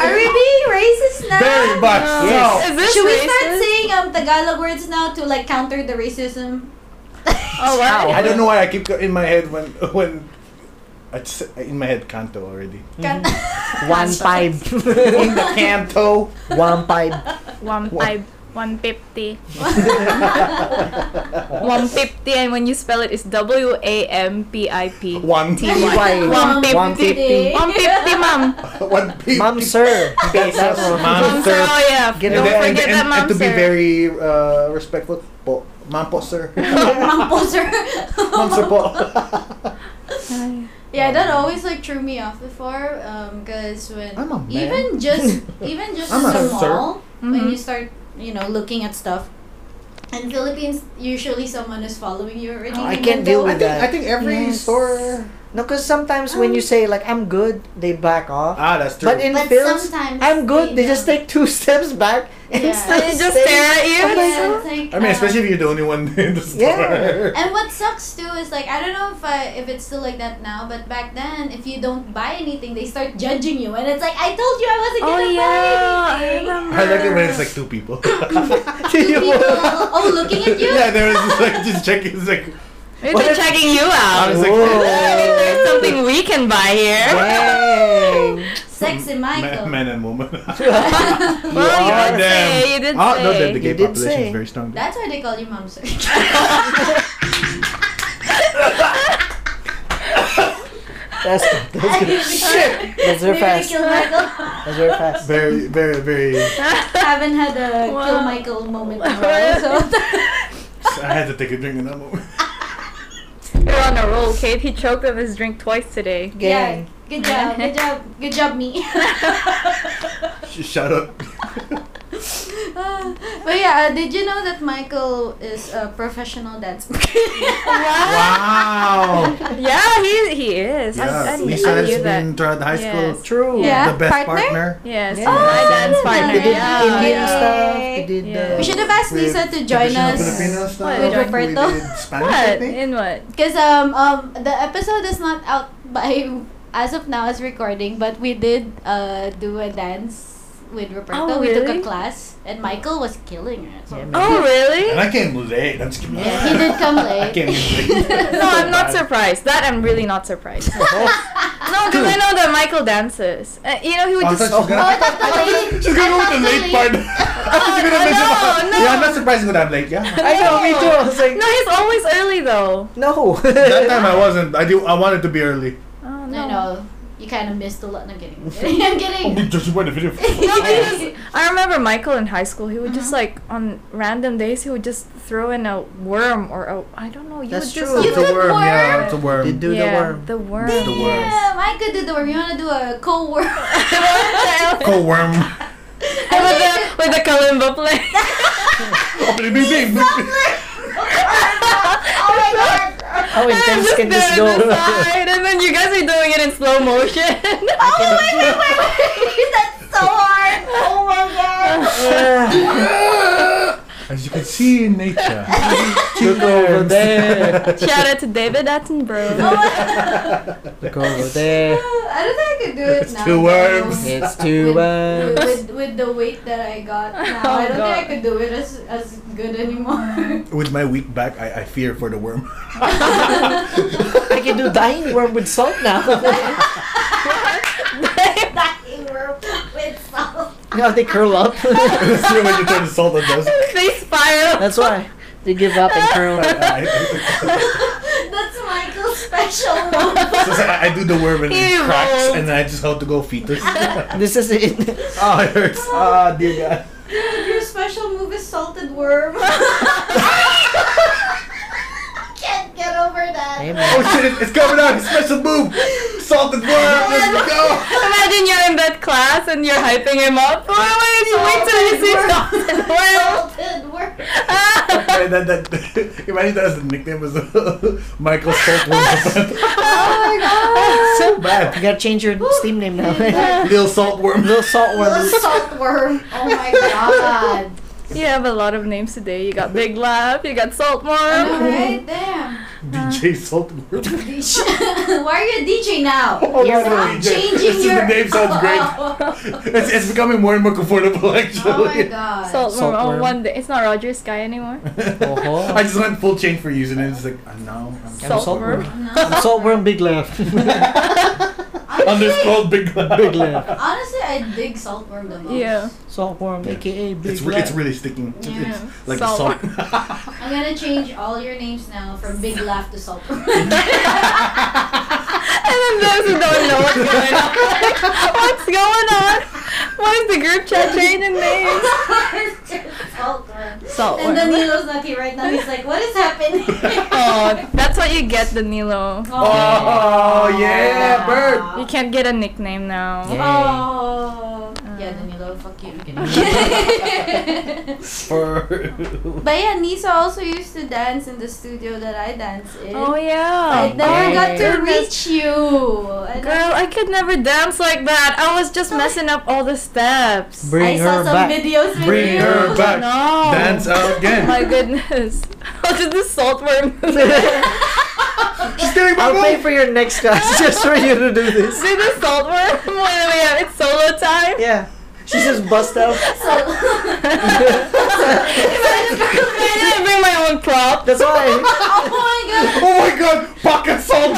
Are we being racist now? Very much Yes. so. Is this Should we racist? start saying um Tagalog words now to like counter the racism? Oh wow. I don't know why I keep go- in my head when when I s- in my head Canto already. Can- One pipe. In the Canto. One pipe. One What? pipe. 150. 150 and when you spell it it's W A M P I P. One T Y. One 150. 150. 150 ma'am. One peep. Ma'am, sir. Pesos, ma'am. Ma'am sir, oh yeah. Get Don't it. and, forget and, that and ma'am to be sir. very uh, respectful, po, ma'am po sir. Ma'am po, sir. ma'am sir po. Ay. Um, Yeah, that always like threw me off before. Um, cause when I'm a man. even just even just I'm in a the sir. mall when Mhm. Mm-hmm. you start you know looking at stuff. In Philippines, usually someone is following you already. Oh, I even can't deal I though- with think, I that. think every Yes. store. Mm. No, because sometimes when you say like I'm good, they back off. Ah, that's true. But in But films, sometimes I'm good. They don't. just take two steps back Yeah. and start They just saying- stare at you. I'm like, Yeah, "Oh." it's like, I mean, um, especially if you're the only one in the store. Yeah. And what sucks too is like I don't know if I, if it's still like that now, but back then if you don't buy anything, they start judging you, and it's like I told you I wasn't Oh yeah. gonna buy I anything. remember. I like it when it's like two people. Two people, oh looking at you. yeah, there was just like just checking. It's like They're What? just checking you I out. was like, Whoa. There's something we can buy here. Dang. Sexy Michael. man, man and woman. Oh, Well, you are did them. say. You did Ah, no, say. the, the gay You did population say. is very strong. That's why they call you mom, sir. That's that's good. Shit. That's very fast. Kill Michael. That's very fast. Very, very, very. Haven't had a Wow. kill Michael moment in a while, so I had to take a drink in that moment. You're on a roll, Kate. He choked on his drink twice today. yeah. Gang. Good job. Good job. Good job, me. Shut up. but yeah, uh, did you know that Michael is a professional dancer? Wow. Yeah, he he is. I, I, Yeah, kn- Lisa I has knew that. been throughout high school. Yes. True. Yeah. The best Partner? partner. Yes, Yeah. my Oh, dance yeah, partner. We did yeah, Indian yeah. stuff. We did. Yeah. Uh, We should have asked With Lisa to join traditional us. Filipino stuff. What? We Roberto? did Spanish, I What? think. In what? Because um, um, the episode is not out by as of now as recording, but we did uh, do a dance with Oh, Roberto. We took a really? class, and Michael was killing it. Oh, So. And really? I came late. I'm just kidding. Yeah, he did come I late. came in late. No, I'm not surprised. That I'm really not surprised. no, because I know that Michael dances. Uh, you know, he would I just. thought she was gonna- Oh, I thought the late- She's gonna I go thought with the late part. I thought she's gonna no, mention about- no. Yeah, I'm not surprised that I'm late. Yeah. I know, me too. I was like, No, he's always early though. no. That time I wasn't. I do. I wanted to be early. Oh, No, no, you kind of missed a lot. No, I'm kidding. I'm Oh, kidding. we just went a video. because- I remember Michael in high school. He would just Uh-huh. like on random days he would just throw in a worm or a I don't know. You That's would true. just You You It's a could worm, Yeah, work. it's a worm. Did do yeah, the worm. The worm. The worm. Damn, I could do the worm. You wanna do a co-work? Go worm. And with the with the kalimba play. Oh, baby, baby. oh my god! How intense just can this there go? on the side, and then you guys are doing it in slow motion. Oh my god! Wait, wait, wait. That's so hard. Oh my god! As you can see in nature, Look over there. Shout out to David Attenborough. Look over there. Oh, I don't think I could do it It's now. two though. worms. It's With, two worms. with, with the weight that I got now, Oh, I don't God. think I could do it as, as good anymore. with my weak back, I, I fear for the worm. I can do dying worm with salt now. That you were with salt. now they curl up. That's when you turn the salt on those. they spiral. That's why they give up and curl. I, I- That's Michael's special one. So it's like I, I do the worm and Ew. it cracks, and then I just hold to go fetus. oh, This is it. it hurts. Ah, dear God. Your special move is salted worm. Can't get over that. Amen. Oh shit, it, it's coming out. It's special move. Salted worm. Let's go. Imagine you're in that class and you're hyping him up. Wait, wait, you wait till you see something. Well, Salted worm. Right, that, that, imagine that as the nickname was uh, Michael Salt Worm. Oh my god. so You bad. gotta change your Steam name now. Little salt worm. Little salt worm. Salt worm. Oh my god. you have a lot of names today. You got Big Laugh, you got Salt I Worm. know, right? Damn. DJ Salt Worm. Why are you a DJ now? Oh, You're no, not DJ. Changing This is- your the name sounds great. It's, it's becoming more and more comfortable actually. Oh my god. Salt, Salt Worm. on Worm. oh, one day. It's not Roger Sky anymore. Oh. I just went full chain for using it. It's like, uh, no. I'm I'm Salt Worm. No. Salt worm, big laugh. Underscore big big laugh. Honestly, Actually, I dig saltworm the most. Yeah. Saltworm, Yeah. aka Big It's, re- it's Lat. really sticking. It's- Yeah. It's like Salt. salt. I'm gonna change all your names now from Big Laugh to saltworm. And then those who don't know what's going on, like, what's going on? Why is the group chat changing names? saltworm. And Saltworm. Danilo's not here right now. He's like, what is happening? Oh, that's what you get, Danilo. oh yeah, bird. You can't get a nickname now. Yeah. Oh. Yeah, Danilo, fuck you. but Bird. yeah, Nisa also used to dance in the studio that I dance in. Oh I yeah. never got to Goodness. reach you. And I- Girl, I could never dance like that. I was just messing up all the steps. Bring I her saw some back. videos with Bring you. her back. No. Dance again. My goodness. Oh, I'll just do saltworm. do She's stealing my I'll move. pay for your next class just for you to do this. the saltworm when we have it's solo time. Yeah. She just bust out. I didn't bring my own prop. That's why. oh my god. Oh my god, pocket salt.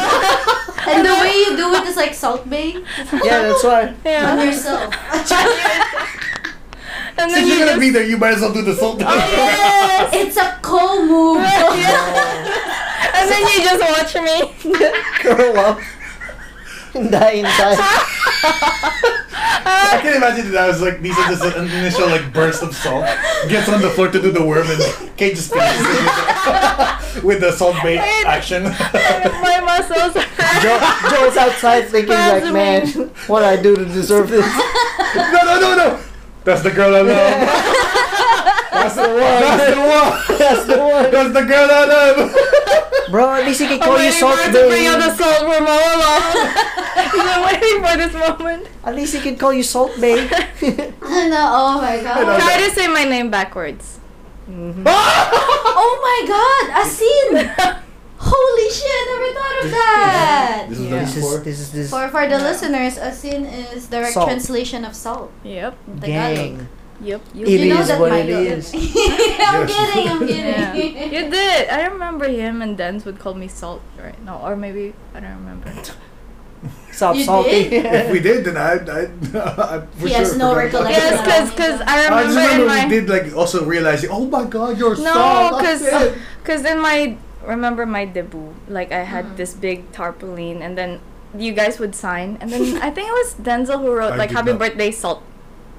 And the way you do it is like salt bay Yeah, that's why. on Yeah. yourself. And Since then you're you gonna just Oh, be there, you might as well do the salt. Yes. It's a cool move. And then you just watch me. Curl up. Die inside. Uh, I can imagine that I was like, these are just an initial like burst of salt. Gets on the floor to do the worm and Kate just finishes it with the- with the salt bait Wait. action. my muscles hurt. Joe, Joe's outside thinking like, man, what I do to deserve this? no, no, no, no. That's the girl I love. That's the one. That's the one. That's the one. That's the girl I love. Bro, at least he I'm can call you waiting for salt it to bring out the babe. salt from all along. I'm waiting for this moment. At least he can call you salt babe. no, oh my god. Try to say my name backwards. Mm-hmm. Oh my god, Asin! Holy shit, I never thought of that! This is Yeah. done This is before. this is this For, for the listeners, Asin is direct Salt. translation of salt. Yep. in Tagalog. gang. Yep. You It you know is that what my it girl- is. I'm Yes. kidding, I'm Yeah. kidding. you did. I remember him and Dens would call me Salt, right? No, or maybe I don't remember. Stop You salty. If we did, then I, I, I for He sure has no forgot. recollection. yes, cause, cause I just I remember, remember in my we did like also realizing, oh my god, you're no, salt. cause That's it. cause in my remember my debut, like I had Mm-hmm. Mhm. this big tarpaulin, and then you guys would sign, and then I think it was Denzel who wrote I like did Happy not. Birthday Salt.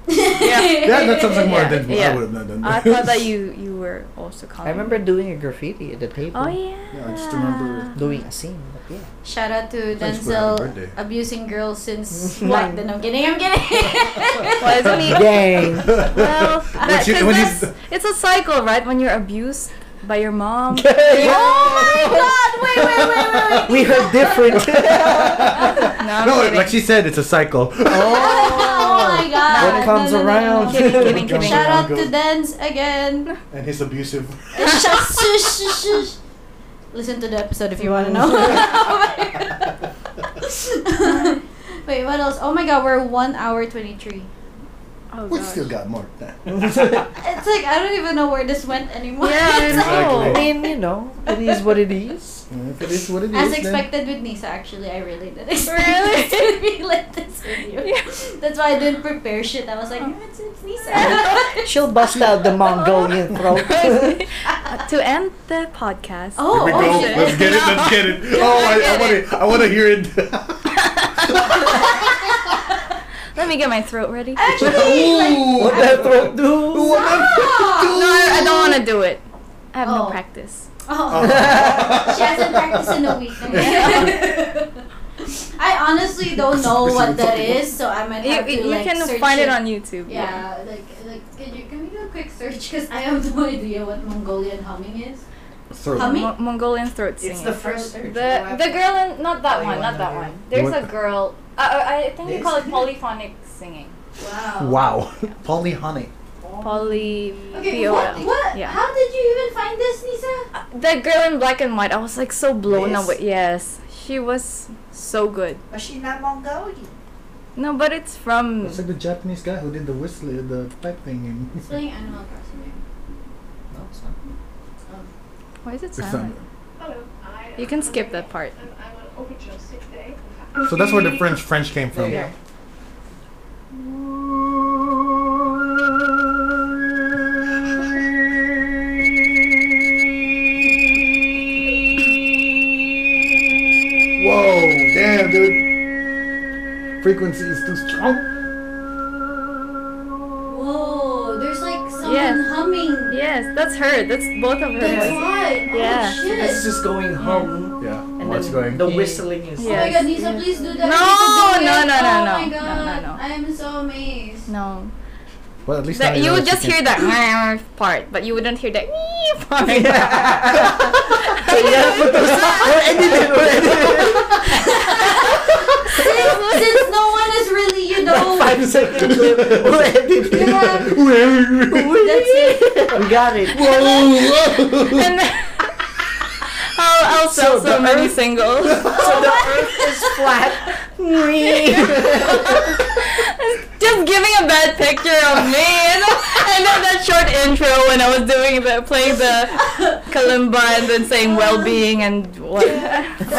Yeah, that sounds like more Yeah, than yeah. I would have not done. I thought that you you were also calling. I remember doing a graffiti at the table. Oh yeah. Yeah, I just remember- Doing a scene, but yeah. Shout out to Thanks for Denzel happy birthday. abusing girls since Mm. what? Then I'm kidding, I'm kidding. Why isn't he? Gang. Well, that, you- 'cause when you- that's- it's a cycle, right? When you're abused by your mom. oh my god, wait, wait, wait, wait, wait. we heard different. No, no, I'm like she said, it's a cycle. Oh my god. What comes No, no, no, no, no. around? Kidding, kidding, kidding. Shout out to Uncle. Dance again. and he's abusive. Shush, shush, shush, shush. Listen to the episode if you want to know. Wait, what else? Oh my god, we're 1 hour 23. Oh, We gosh. still got more. It's like, I don't even know where this went anymore. Yeah, I It's like- know. I mean, you know, it is what it is. if it is what it is. As then- expected with Nisa, actually, I really didn't expect Really? this to be like this with you. That's why I didn't prepare shit. I was like, "Oh, it's, it's Nisa. She'll bust out the Mongolian throat. to end the podcast. oh, Here we oh, go. shit. Let's get it. Let's get it. Oh, I, I want to. I want to hear it. Let me get my throat ready. No, Actually, like, Ooh, what that throat do? What that- I, I don't want to do it. I have no Oh. practice. Oh. she hasn't practiced in a week. I honestly don't know what that is, so I might You, have you to like can search find it on YouTube. Yeah, like like can you can we do a quick search? Cause I have no idea what Mongolian humming is. Throat. Humming? Mo- Mongolian throat singing. first the, search. the girl in not that Oh, you one, not that want that one. one? There's What? a girl. Uh, I I think you This? call it polyphonic singing. Wow. Wow, Polyhonic. Poly. Okay, POL. what? what? Yeah. How did you even find this, Nisa? The girl in black and white. I was like so blown This? away. Yes, she was so good. But she's not Mongolian. No, but it's from. That's like the Japanese guy who did the whistle, the pipe thing. It's playing Animal Crossing. Why is it silent? Hello, I You am can skip that Andrea, part. And I'm an original sick day. So that's where the French French came There from. you go. Whoa, damn, dude. Frequency is too strong. Whoa, there's like someone Yes. humming. Yes, that's her. That's both of her. That's voices. why. Yeah. Oh shit. It's just going home. Yeah, And what's then Oh, going? The whistling is. Oh my Yes. god, Nisa, please do that. No, You can do no, it. no, no, Oh no. my No, god, no, no. I am so amazed. No. Well, at least That, now you know would what just you hear can- that part, but you wouldn't hear that part. so you gotta put those. We're ending it. We're ending it. since, since no one is really, you know. Five second clip. We're ending it. Yeah, Whoa, that's it. We got it. whoa. and then, I'll, I'll sell So so the many earth- singles. So the earth is flat. Just giving a bad picture of me, and, and then that short intro when I was doing the playing the kalimba and then saying well-being and what? Oh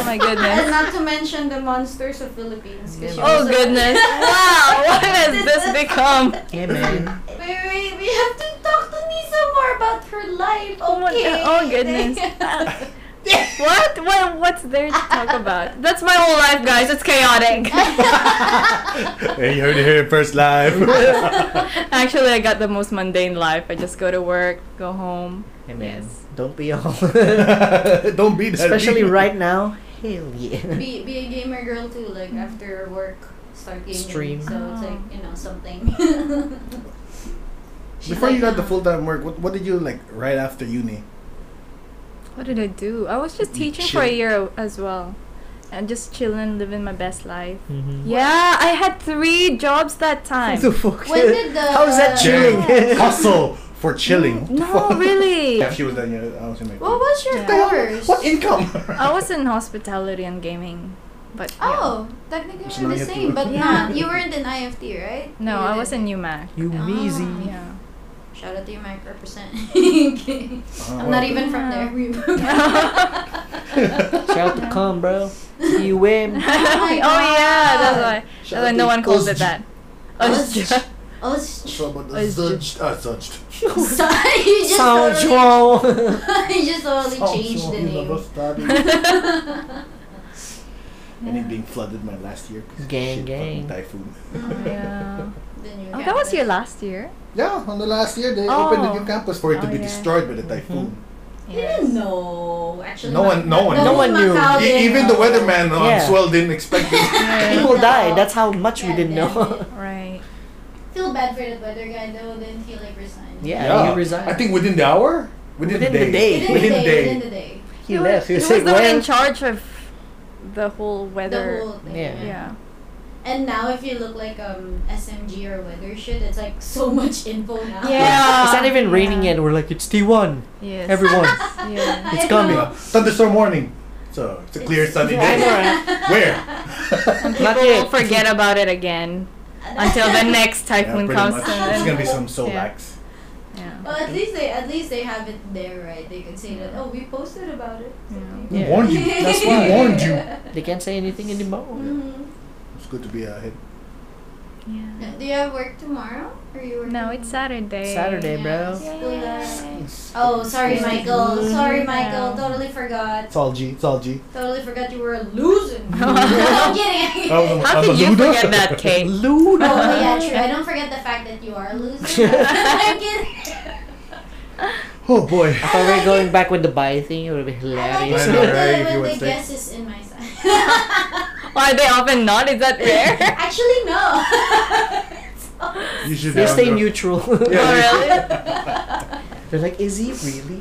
my And goodness! not to mention the monsters of Philippines. 'cause she Oh was a- goodness! Wow, what has this become? yeah, man. Wait, wait, we have to talk to Nisa more about her life. Okay. Oh my god- oh goodness. What? What? What's there to talk about? That's my whole life, guys. It's chaotic. Hey, you heard it here first live. Actually, I got the most mundane life. I just go to work, go home. Hey, man. Yes. Don't be all. Don't be that. Especially deep. right now. Hell yeah. be, be a gamer girl too, like after work, start gaming. Stream. So Oh. it's like, you know, something. She's Before you like, got the um, full time work, what, what did you like right after uni? What did I do? I was just You teaching for a chill. year as well, and just chilling, living my best life. Mm-hmm. Yeah, I had three jobs that time. The fuck? When did the- How's that chilling? Damn. Hustle for chilling. No, really. Yeah, she was done. Yeah, I was in my. What was your Yeah. course? What income? I was in hospitality and gaming, but yeah. Oh, technically So we're now you the have to same, work. but Yeah. not. You weren't in IFT, right? no, You I was in didn't. UMac. You Ah. measy. Yeah. Shout out to you, Mike, represent. I'm Uh, not well, even from there. We moved. Shout out to Calm, bro. You win. oh my yeah, that's God. why. That's Shout why out no to one calls it Ozj- that. Ozj- Ozj- Oh, it's So about the Oh, it's zudged, uh, zudged. sorry. You just São totally, João. you just totally Oh, changed so the you name. never started. and it being flooded my last year. 'cause shit, fucking Gang, gang. Typhoon. Oh, yeah. The new Oh, that was campus. your last year. Yeah, on the last year they Oh. opened the new campus for it to Oh, be yeah. destroyed by the typhoon. You didn't know. Actually, No one- no one the knew. whole No one knew. Macau E- didn't even the know. weatherman on Yeah. Swell didn't expect it. Right. People die. That's how much we didn't know. right. Feel bad for the weather guy though. Didn't he like resign? Yeah, Yeah. he resigned. I think within the hour? Within, Within the day. Within, Within the the day. day. Within the day. he left. He was, was like, the one in well, charge of the whole weather. The whole thing. Yeah. yeah. And now if you look like um SMG or weather shit, it's like so much info now. Yeah. it's not even raining Yeah. yet. We're like, it's T1. Yes. Everyone. Yeah. It's I coming. know. Uh, Thunderstorm warning. So it's a clear sunny yeah, I day. know, right? Where? Not People will yet. forget about it again until the next Yeah, typhoon pretty comes. much. and It's then- gonna be some Yeah. Solax. yeah. Well, at least they at least they have it there, right? They can say that. Oh, we posted about it. Yeah. We Yeah. warned you. That's we why. warned you. They can't say anything anymore. Mhm. It's good to be ahead. Yeah. Do you have work tomorrow? Or you work? No, it's Saturday. Saturday, bro. School day. It's Oh, sorry, Michael. Sorry, Michael. Yeah. Totally forgot. It's all G. It's all G. Totally forgot you were a loser. no, I'm kidding. Oh, How I'm a could you loser. forget that, Kate? Luna. Oh yeah, true. I don't forget the fact that you are a loser. I'm kidding. Oh boy. I thought we were going back with the buy thing. It would be I hilarious. I know, like right? it If you when the, would when the say. guess is in my side. Why are they often not? Is that rare? Actually, no. You should be They stay on the- neutral. Yeah. oh, really? They're like, is he really?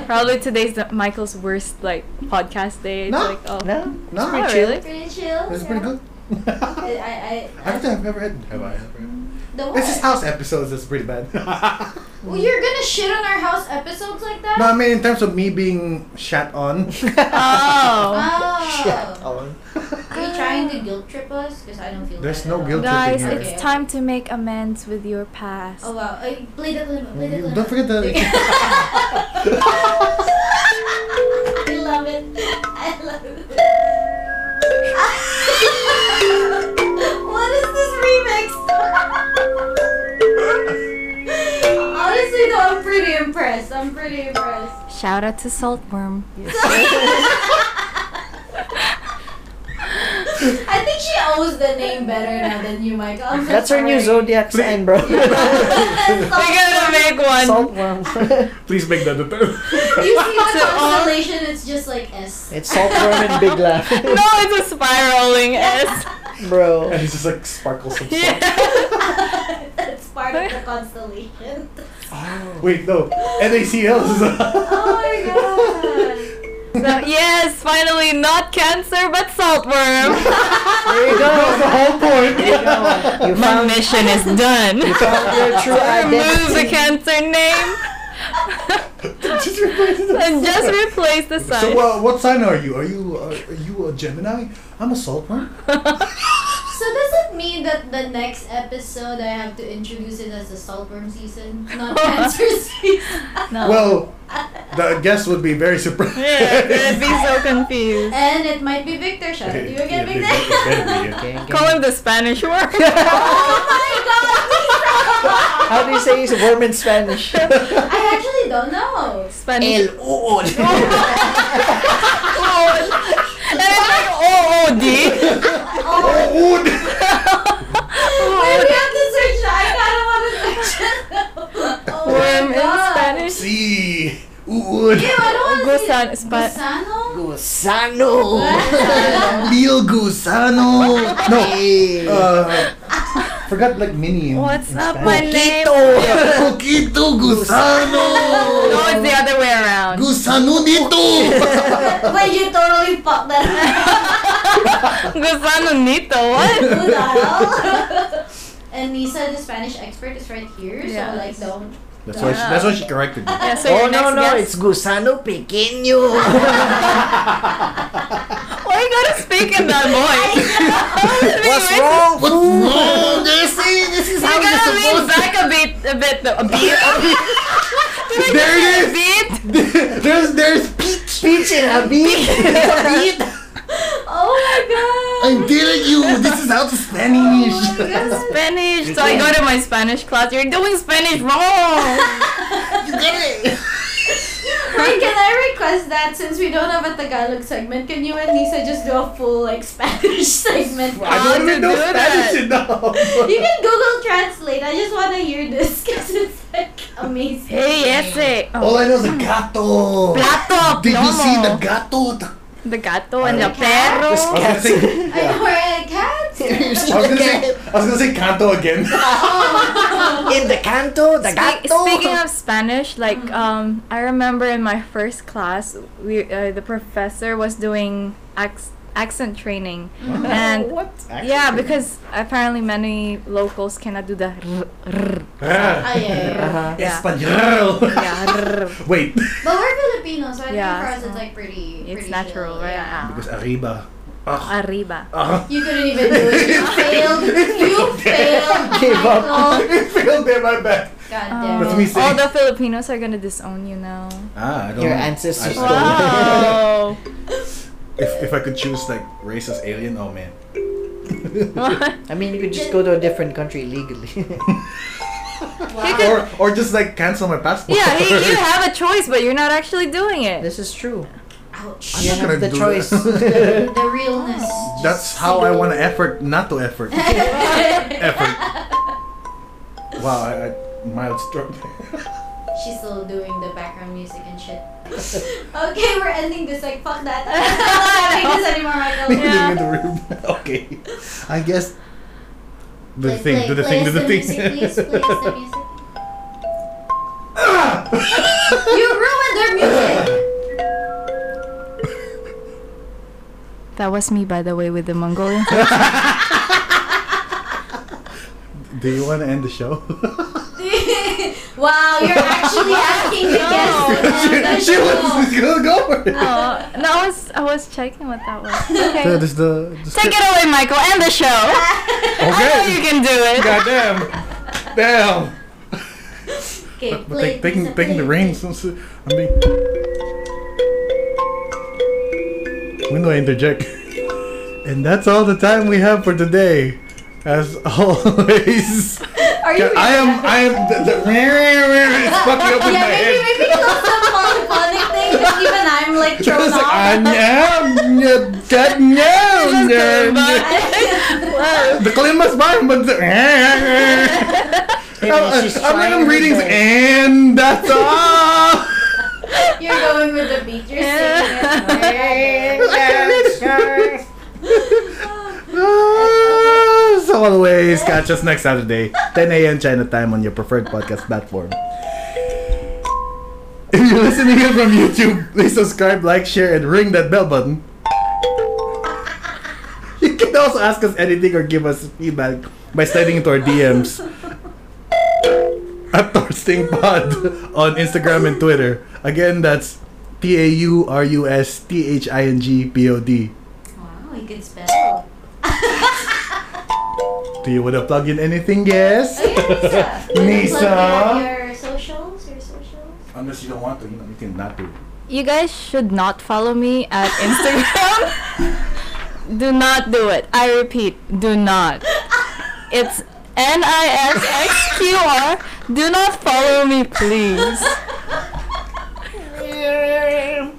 Probably today's the, Michael's worst like podcast day. It's No. like, oh. no? No, Oh, it's really? pretty chill. That's pretty good. I, I, I, I've I've never had. Have I? ever had- the what? This is house episodes. That's pretty bad. Well, you're gonna shit on our house episodes like that? no, I mean in terms of me being shat on. Oh. Oh. Shit, Owen. Are you trying to guilt trip us? Because I don't feel There's bad no at all. guilt trip. Guys, Okay. it's time to make amends with your past. Oh wow. Uh, play the clip. Play the clip. Don't forget the- I love it. I love it. what is this remix? I'm pretty impressed. Shout out to Saltworm. I think she owes the name better now than you, Michael. I'm so That's her new sorry. zodiac sign, bro. That's so We're gonna funny. make one. saltworm. Please make that the term. You see the So all- constellation, it's just like S. it's saltworm and big laugh, no, it's a spiraling S. bro. and it's just like sparkles of salt. Yeah. That's part of the constellation. Oh. Wait, no. NACL is Oh So, yes, finally, not cancer, but saltworm. There you That was the go. whole point. You My found, mission is done. found your true Remove the identity. cancer name just replace it with and just salt. replace the sign. So, uh, what sign are you? Are you uh, are you a Gemini? I'm a saltworm. So does it mean that the next episode I have to introduce it as the saltworm season, not cancer season? no. Well, the guest would be very surprised. yeah, they'd be so confused. And it might be Victor. Shout out to you again, Yeah, it better be, Victor. yeah. Gang, gang. Call him the Spanish word. oh my How do you say it's worm in Spanish? god! I actually don't know. Spanish. Uol. Oh, and it's like O-O-D. Oh, Wood. wait, we have to search that. I kind of want to search that. Oh Worm my in god. Spanish. See. Wood. Ew, I don't want to see Gusan, spa- Gusano? Gusano. Mil gusano. No. Hey. Uh, forgot like mini. in- What's in up, my Spanish. name? Tito. Poquito gusano. No, it's the other way around. Gusano Wait, you totally fucked that Gusano nito, up. what? Gusano. And Nisa, the Spanish expert, is right here, Yeah. so like don't. That's why. She, that's why she corrected me. Yeah, so oh your no next no, guest- it's gusano pequeño. Why you gotta speak in that voice? What's wrong? What's wrong? This is this is You gotta lean back a bit, a bit, though. A bit. A bit. Did I There it just say a bit? there's there's peach. Peach and Habib. Habib. Oh my I'm telling you, this is how to Spanish. Oh, Spanish. So I go to my Spanish class. You're doing Spanish wrong. You got it. Wait, can I request that since we don't have a Tagalog segment, can you and Nisa just do a full like Spanish segment? I How don't even to know do Spanish enough. You can Google Translate. I just want to hear this because it's like amazing. Hey, ese. All Oh. I know is the gato. Plato, Did you see the plomo. gato? The gato and the Okay. perro. I was gonna say. I know where a cat. I was gonna say. I was gonna say canto again. In the canto, the Spe- gato. speaking of Spanish, like um, I remember in my first class, we uh, the professor was doing ac- accent training, and what? yeah, because apparently many locals cannot do the r- r- Ah, yeah, yeah, yeah. Uh-huh. yeah. Espanol. yeah, r- Wait. But we're Filipinos, so I Yeah, think for us so it's like pretty. it's pretty natural, chill, right? Ah. Yeah. Because arriba. Ah, Ugh. Arriba. Ugh. You couldn't even do it. You failed. You failed. Oh, Gave up. Michael. It failed there, my bad. God Um, damn. That's me it. saying- all the Filipinos are gonna disown you now. Ah, I don't. Your I- I- ancestors Wow. If, if I could choose like race as alien, oh man. I mean, you could just go to a different country legally. Wow. or or just like cancel my passport. yeah, you, you have a choice, but you're not actually doing it. this is true. I'm Ouch. You not gonna have the do choice. that. The realness. Oh. That's how I want to effort, not to effort. effort. Wow, I, I mild stroke. She's still doing the background music and shit. okay, we're ending this. Like, fuck that. I don't want to this anymore, Michael. Leaving Yeah. in the room. Okay, I guess. Do the Play- thing. play- Do the play thing. us Do the thing. Music, please, play us the music. you ruined their music. That was me, by the way, with the Mongolian. do you want to end the show? wow, you're actually asking the No. guest to end the she she show. was gonna go for it. oh, no, I was I was checking what that was. Okay. Yeah, this the. the Take it away, Michael, and the show. I know you Okay. can do it. Goddamn. Damn. Okay, But play, take, taking Lisa, taking the play. reins. since, uh, I mean, when do I interject? And that's all the time we have for today. as always. Are you? I am. I am. The, the, it's fucking up in yeah, my maybe head. maybe close up on the funny thing. Cause even I'm like thrown It's like, I off. am. That no. The klima's fine, but the. Maybe I'm, she's I'm, trying I'm her reading best. and that's all. You're going with the beat. You're singing. it. Ah, so always, catch us next Saturday, 10 a.m. China time on your preferred podcast platform. If you're listening in from YouTube, please subscribe, like, share, and ring that bell button. You can also ask us anything or give us feedback by sliding into our DMs at Torsting Pod on Instagram and Twitter. Again, that's T A U R U S T H I N G P O D. Wow, you can spell. Do you want to plug in anything, yes? Oh, yeah, Nisa. Nisa. Plug your- Your socials, your socials. Unless you don't want to, you know, you can not do it. You guys should not follow me at Instagram. do not do it. I repeat, do not. It's N I S X Q R. Do not follow me, please.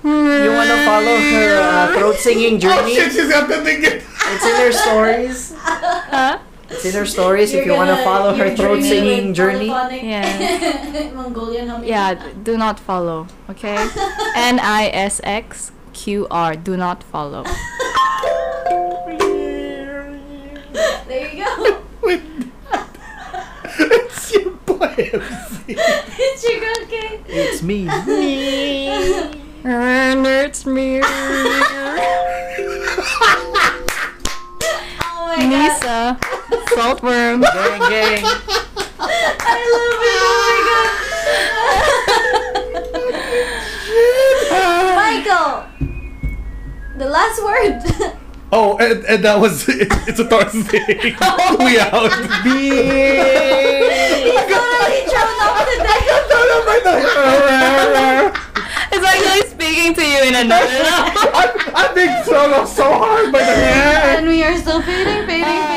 You wanna follow her uh, throat singing Oh journey? shit, she's got the ticket! It's in her stories. Huh? It's in her stories. if you You're wanna gonna- follow her you're throat dreaming singing with journey. polyphonic Yeah. Mongolian humming. Yeah, d- do not follow, okay? N I S X Q R. Do not follow. There you go. Wait. it's your boy MC. it's your girl, Kate. It's me. Me. And it's me, Oh my god. Nisa, Saltworm. Gang, gang. I love it. Oh my god. Michael. The last word. Oh, and, and that was it. It's a Thursday. we out. He's totally thrown off the deck. It's actually speaking to you in another. I'm, I'm being thrown off so hard by the And we are still fading, fading, fading.